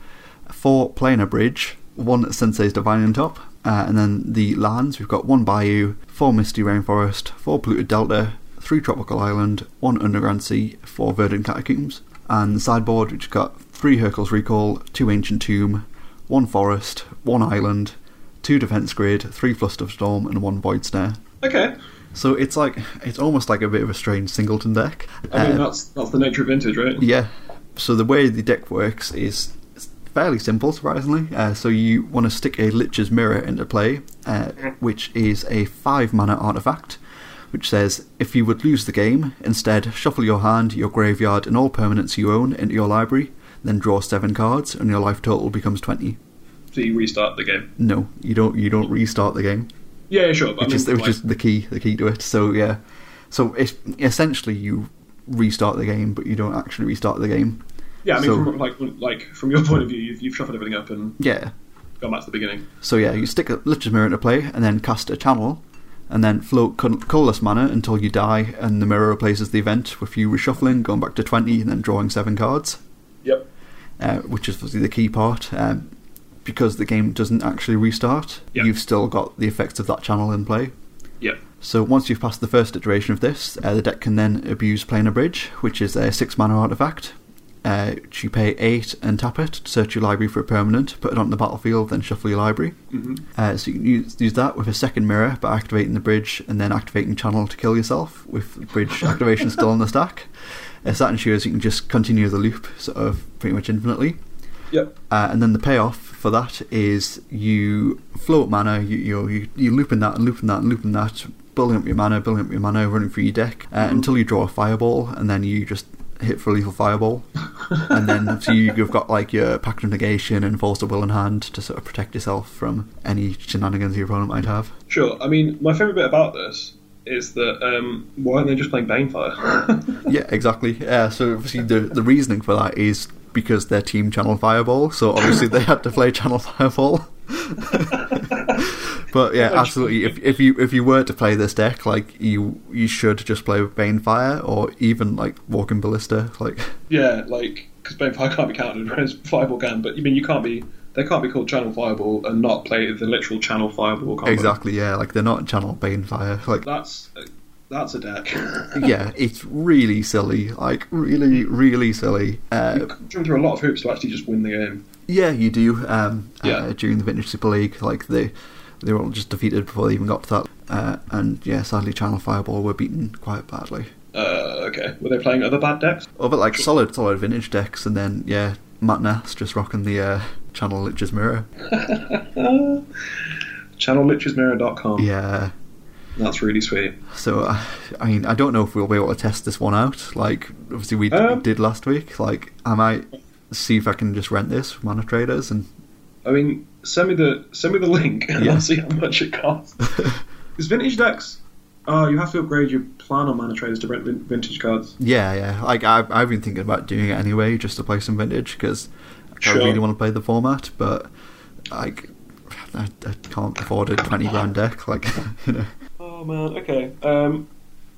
A: four planar bridge, one sensei's divine on top, uh, and then the lands we've got one bayou, four misty rainforest, four polluted delta, three tropical island, one underground sea, four verdant catacombs, and the sideboard which got three Hercules recall, two ancient tomb, one forest, one island, two defense grid, three fluster of storm, and one void snare.
B: Okay.
A: So it's like it's almost like a bit of a strange singleton deck.
B: I mean,
A: Uh,
B: that's that's the nature of vintage, right?
A: yeah. So the way the deck works is it's fairly simple, surprisingly. Uh, so you want to stick a Lich's Mirror into play, uh, which is a five mana artifact, which says if you would lose the game, instead shuffle your hand, your graveyard, and all permanents you own into your library, then draw seven cards, and your life total becomes twenty.
B: So you restart the game.
A: No, you don't. You don't restart the game
B: Yeah, yeah, sure. But I
A: which
B: mean,
A: is which is
B: like-
A: the key the key to it. So yeah, so it's essentially you restart the game, but you don't actually restart the game.
B: Yeah, I mean,
A: So-
B: from, like like from your point of view, you've, you've shuffled everything up and
A: Yeah.
B: gone back to the beginning.
A: So yeah, you stick a Lich's Mirror into play and then cast a channel, and then float colorless mana until you die, and the mirror replaces the event with you reshuffling, going back to 20, and then drawing seven cards.
B: Yep.
A: Uh, which is obviously the key part. Um, because the game doesn't actually restart,
B: Yep.
A: you've still got the effects of that channel in play.
B: Yep.
A: So once you've passed the first iteration of this, uh, the deck can then abuse Planar Bridge, which is a six mana artifact. Uh, which you pay eight and tap it, search your library for a permanent, put it on the battlefield, then shuffle your library.
B: hmm
A: Uh, so you can use, use that with a second mirror by activating the bridge and then activating channel to kill yourself with the bridge activation still on the stack. Uh, so that ensures you can just continue the loop sort of pretty much infinitely.
B: Yep.
A: Uh, and then the payoff for that is you float mana, you, you're, you, you're looping that and looping that and looping that, building up your mana, building up your mana, running through your deck uh, until you draw a fireball and then you just hit for a lethal fireball. and then so you, you've got like your Pact of Negation and Force of Will in hand to sort of protect yourself from any shenanigans your opponent might have.
B: Sure. I mean, my favourite bit about this is that um, why aren't they just playing Banefire?
A: Yeah, exactly. Uh, so obviously the, the reasoning for that is because their team channel Fireball, so obviously they had to play channel Fireball. But yeah, absolutely. If, if you if you were to play this deck, like you you should just play with Banefire or even like Walking Ballista. Like
B: yeah, like because Banefire can't be counted, whereas Fireball can. But you mean you can't be? They can't be called Channel Fireball and not play the literal Channel Fireball combo.
A: exactly, yeah. Like they're not channel Banefire. Like
B: That's that's a deck.
A: yeah, it's really silly. Like really, really silly. Uh,
B: you jump through a lot of hoops to actually just win the game.
A: Yeah, you do. Um,
B: Yeah.
A: uh, during the Vintage Super League, like they they were all just defeated before they even got to that. Uh, and yeah, sadly, Channel Fireball were beaten quite badly.
B: Uh, okay, were they playing other bad decks?
A: Oh, but like solid, solid Vintage decks, and then yeah, Matt Nass just rocking the uh, Channel Lich's Mirror.
B: Uh, ChannelLichesMirror.com.
A: Yeah.
B: That's really sweet.
A: So uh, I mean, I don't know if we'll be able to test this one out. Like obviously we
B: Um.
A: did last week. Like I might see if I can just rent this from Mana Traders and
B: I mean, send me the send me the link and
A: Yeah.
B: I'll see how much it costs. Because vintage decks, oh, you have to upgrade your plan on mana traders to rent vin- vintage cards.
A: Yeah, yeah. Like I've, I've been thinking about doing it anyway, just to play some vintage because
B: Sure.
A: I really want to play the format, but like I, I can't afford a twenty grand deck. Like you know,
B: Oh man, okay. Um,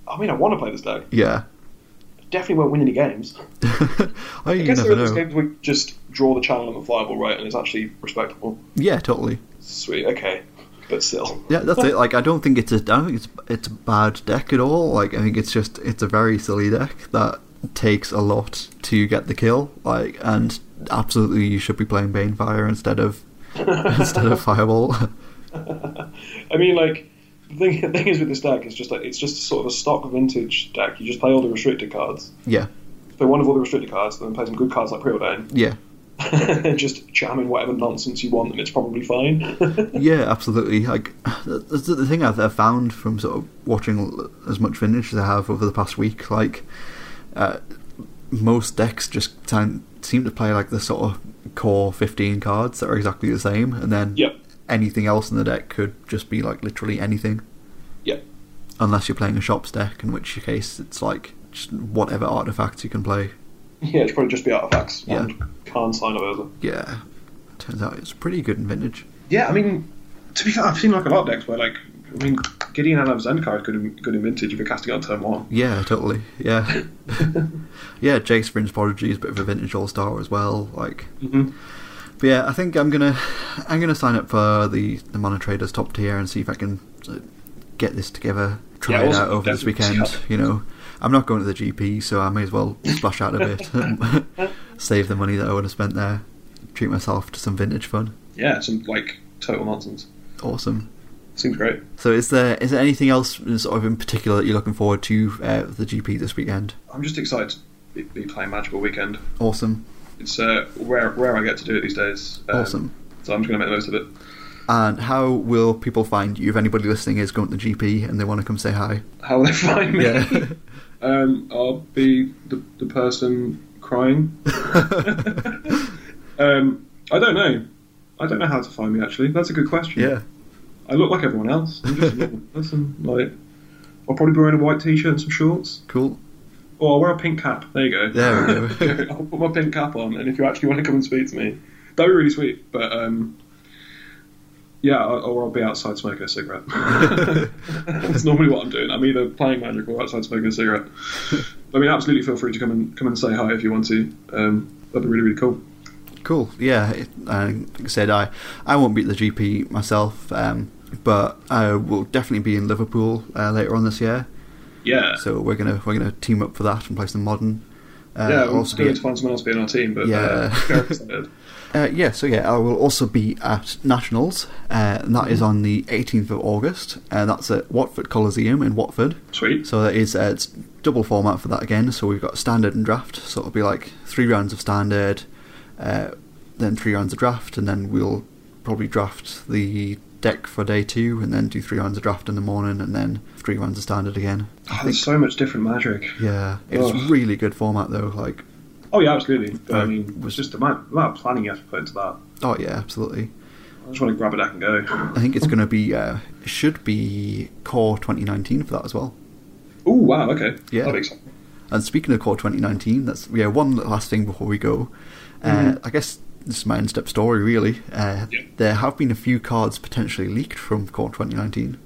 B: I mean, I want to play this deck.
A: yeah.
B: Definitely won't win any games.
A: I,
B: I
A: you
B: guess there
A: never
B: are those
A: know.
B: games where you just draw the channel and the flyable right, and it's actually respectable.
A: Yeah, totally.
B: Sweet. Okay, but still.
A: Yeah, that's it. Like I don't think it's a I don't think it's it's a bad deck at all. Like I think it's just it's a very silly deck that takes a lot to get the kill. Like and absolutely you should be playing Banefire instead of instead of Fireball.
B: I mean, like the thing, the thing is with this deck is just like it's just sort of a stock vintage deck. You just play all the restricted cards.
A: yeah,
B: Play one of all the restricted cards, then play some good cards like Preordain,
A: yeah.
B: and just jam in whatever nonsense you want, and it's probably fine.
A: Yeah, absolutely. Like that's the the thing I've, I've found from sort of watching l- as much vintage as I have over the past week. Like uh, most decks just time, seem to play like the sort of core fifteen cards that are exactly the same, and then
B: Yep.
A: anything else in the deck could just be like literally anything.
B: Yep.
A: Unless you're playing a shops deck, in which case it's like just whatever artifacts you can play.
B: yeah, it's probably just be artifacts
A: Yeah.
B: and can't sign over.
A: Yeah, turns out it's pretty good in vintage.
B: Yeah, I mean, to be fair, I've seen like a lot of decks where like I mean, Gideon Adams Zendikar is good in, good in vintage if you're casting it on turn one.
A: Yeah, totally. Yeah, yeah. Jace Fringe Prodigy is a bit of a vintage all star as well. Like,
B: Mm-hmm.
A: but yeah, I think I'm gonna I'm gonna sign up for the the Mono Traders top tier and see if I can uh, get this together. Try
B: Yeah,
A: it
B: also
A: out over this
B: definitely
A: weekend.
B: see how-
A: You know, I'm not going to the GP, so I may as well splash out a bit, save the money that I would have spent there, treat myself to some vintage fun.
B: Yeah, some like total nonsense.
A: Awesome.
B: Seems great.
A: So, is there is there anything else sort of in particular that you're looking forward to uh, the GP this weekend?
B: I'm just excited to be, be playing Magical Weekend.
A: Awesome,
B: It's uh, rare, rare I get to do it these days. Um,
A: awesome.
B: So I'm just going to make the most of it.
A: And how will people find you if anybody listening is going to the GP and they want to come say hi?
B: How will they find me?
A: Yeah.
B: Um, I'll be the, the person crying. um, I don't know. I don't know how to find me, actually. That's a good question.
A: yeah.
B: I look like everyone else. I'm just a normal person. Like, I'll probably be wearing a white t shirt and some shorts.
A: Cool.
B: Or I'll Oh, wear a pink cap. There you go.
A: There we go.
B: I'll put my pink cap on, and if you actually want to come and speak to me, that'd be really sweet. But um, Yeah, or or I'll be outside smoking a cigarette. That's normally what I'm doing. I'm either playing Magic or outside smoking a cigarette. I mean, absolutely feel free to come and come and say hi if you want to. Um, that'd be really really cool.
A: Cool. Yeah, it, uh, like I said, I, I won't beat the GP myself, um, but I will definitely be in Liverpool uh, later on this year.
B: Yeah,
A: So we're gonna we're gonna team up for that and play some modern. Uh,
B: yeah.
A: I'll
B: We'll
A: also be
B: going
A: at,
B: to find someone else to be on our team, but
A: Yeah.
B: uh, very excited.
A: uh, yeah, so yeah, I will also be at nationals, uh, and that is on the 18th of August, and that's at Watford Coliseum in Watford.
B: Sweet.
A: So that is uh, it's double format for that again. So we've got standard and draft. So it'll be like three rounds of standard, uh, then three rounds of draft, and then we'll probably draft the deck for day two, and then do three rounds of draft in the morning, and then three rounds of standard again.
B: Oh, there's so much different magic.
A: Yeah, it's
B: Ugh.
A: really good format though. Like,
B: Oh yeah, absolutely. But, I
A: Uh,
B: mean, it's just the amount, the amount of planning you have to put into that.
A: oh yeah, absolutely.
B: I just want to grab a deck and go.
A: I think it's going to be uh, should be Core 2019 for that as well.
B: Oh wow, okay.
A: Yeah.
B: That'd be exciting.
A: And speaking of Core 2019, that's yeah one last thing before we go. Uh, I guess this is my in-step story really. Uh,
B: Yeah.
A: There have been a few cards potentially leaked from Core 2019.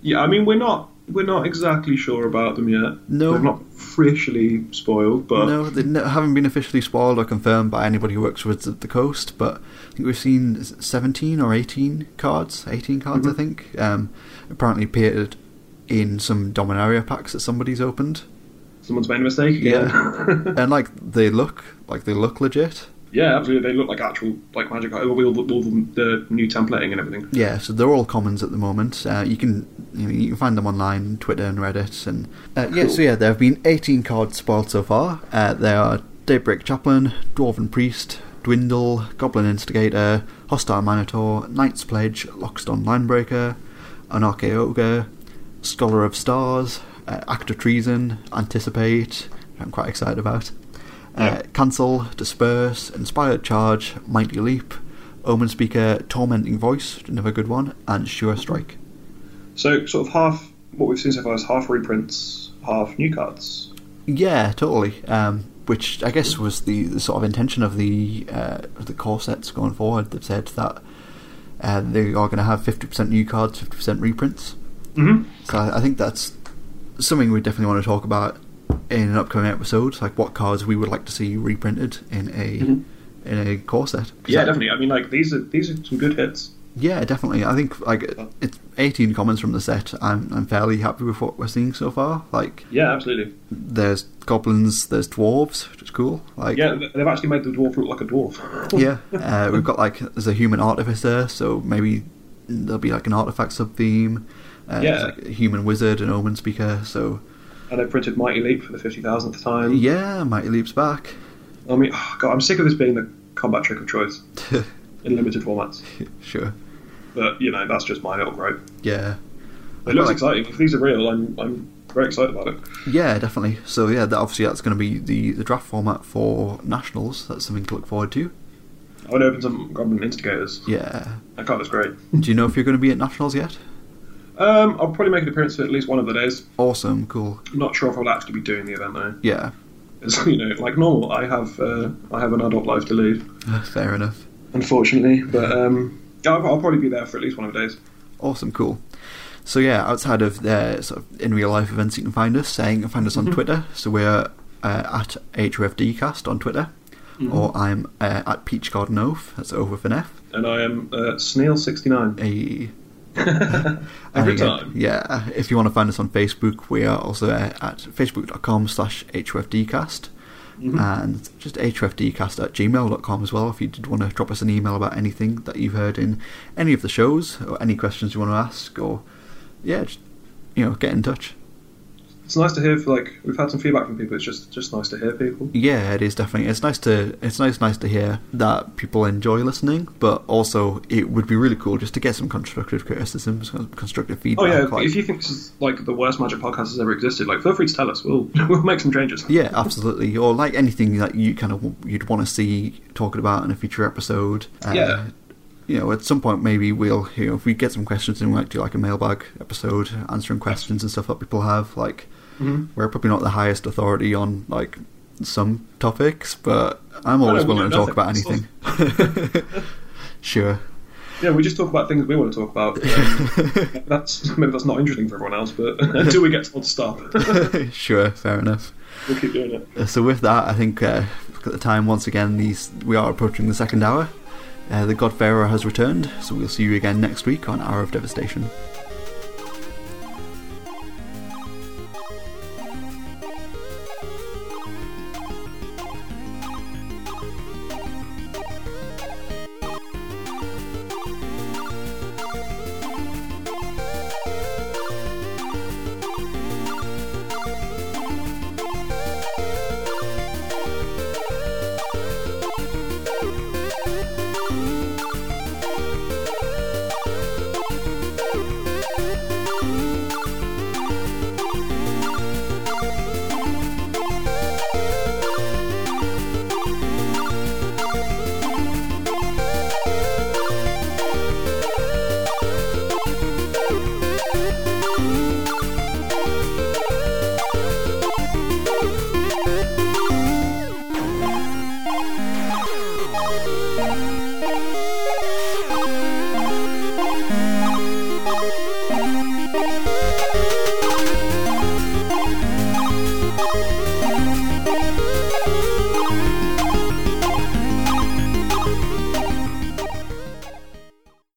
B: Yeah, I mean, we're not we're not exactly sure about them yet.
A: No.
B: they're not officially spoiled, but
A: no, they ne- haven't been officially spoiled or confirmed by anybody who works with the- the coast, but I think we've seen s- 17 or 18 cards, 18 cards, I think, um, apparently appeared in some Dominaria packs that somebody's opened.
B: someone's made a mistake again. Yeah,
A: and like they look like they look legit.
B: absolutely. They look like actual like magic. All, all, the- all the, the new templating and everything.
A: Yeah, so they're all commons at the moment. Uh, you can you, know, you can find them online, Twitter and Reddit, and uh, yeah. So
B: Cool.
A: yeah, there have been 18 cards spoiled so far. Uh, there are Daybreak Chaplain, Dwarven Priest, Dwindle, Goblin Instigator, Hostile Minotaur, Knight's Pledge, Lockstone Linebreaker, Anarchy Ogre, Scholar of Stars, uh, Act of Treason, Anticipate. which I'm quite excited about. Uh, Cancel, Disperse, Inspired Charge, Mighty Leap, Omen Speaker, Tormenting Voice, another good one, and Sure Strike.
B: So sort of half what we've seen so far is half reprints, half new cards.
A: Yeah, totally. Um, which I guess was the, the sort of intention of the uh, of the core sets going forward. They've said that uh, they are going to have fifty percent new cards, fifty percent reprints.
B: Mm-hmm.
A: So I, I think that's something we definitely want to talk about in an upcoming episode, like what cards we would like to see reprinted in a
B: Mhm.
A: in a core set. 'Cause
B: Yeah,
A: I-
B: definitely. I mean, like these are these are some good hits.
A: Yeah, definitely. I think like it's 18 comments from the set. I'm I'm fairly happy with what we're seeing so far. Like
B: Yeah, absolutely.
A: there's goblins, there's dwarves, which is cool. Like
B: Yeah, th- they've actually made the dwarf look like a dwarf.
A: yeah. Uh, we've got like there's a human artificer, so maybe there'll be like an artifact sub theme. Uh, there's,
B: Yeah.
A: like, a human wizard and omen speaker. So
B: and they printed Mighty Leap for the fifty thousandth time.
A: yeah, mighty leaps back.
B: I mean, oh, God, I'm sick of this being the combat trick of choice in limited formats.
A: sure.
B: But you know, that's just my little gripe.
A: Yeah.
B: It looks
A: Right.
B: exciting. If these are real, I'm I'm very excited about it.
A: Yeah, definitely. So yeah, that obviously that's going to be the the draft format for nationals. That's something to look forward to.
B: I would open some Goblin Instigators.
A: Yeah.
B: That card is great.
A: Do you know if you're going to be at nationals yet?
B: Um, I'll probably make an appearance for at least one of the days.
A: Awesome, cool.
B: I'm not sure if I'll actually be doing the event though.
A: Yeah,
B: It's, you know, like normal, I have uh, I have an adult life to lead,
A: fair enough.
B: unfortunately. But um, I'll, I'll probably be there for at least one of the days.
A: Awesome, cool. So yeah, outside of the sort of in real life events, you can find us. Uh, you can find us on Twitter. So we're uh, at HFDcast on Twitter, or I'm uh, at Peach Garden Oaf. That's over for F.
B: And I am uh, Snail sixty nine
A: A
B: every time.
A: Yeah, if you want to find us on Facebook, we are also uh, at facebook.com slash HFDcast.
B: Mm-hmm.
A: And just hfdcast at gmail.com as well if you did want to drop us an email about anything that you've heard in any of the shows or any questions you want to ask or, yeah, just, you know, get in touch.
B: It's nice to hear. For, like we've had some feedback from people. It's just just nice to hear people.
A: Yeah, it is definitely. It's nice to it's nice nice to hear that people enjoy listening, but also it would be really cool just to get some constructive criticism, some constructive feedback.
B: Oh yeah, if-
A: like-
B: if you think this is like the worst magic podcast has ever existed, like feel free to tell us. We'll we'll make some changes.
A: Yeah, absolutely. Or like anything that you kind of you'd want to see talking about in a future episode. Uh,
B: Yeah.
A: You know, at some point maybe we'll you know if we get some questions and we might do like a mailbag episode answering questions and stuff that people have. Like
B: Mhm.
A: we're probably not the highest authority on like some topics, but I'm
B: no,
A: always
B: we
A: willing to
B: know
A: talk about
B: nothing.
A: anything. sure.
B: Yeah, we just talk about things we want to talk about. Um, that's maybe that's not interesting for everyone else, but until we get told to stop,
A: sure, fair enough.
B: we'll keep doing it.
A: Uh, So with that, I think uh, look at the time once again. These we are approaching the second hour. Uh, the Godfarer has returned, so we'll see you again next week on Hour of Devastation.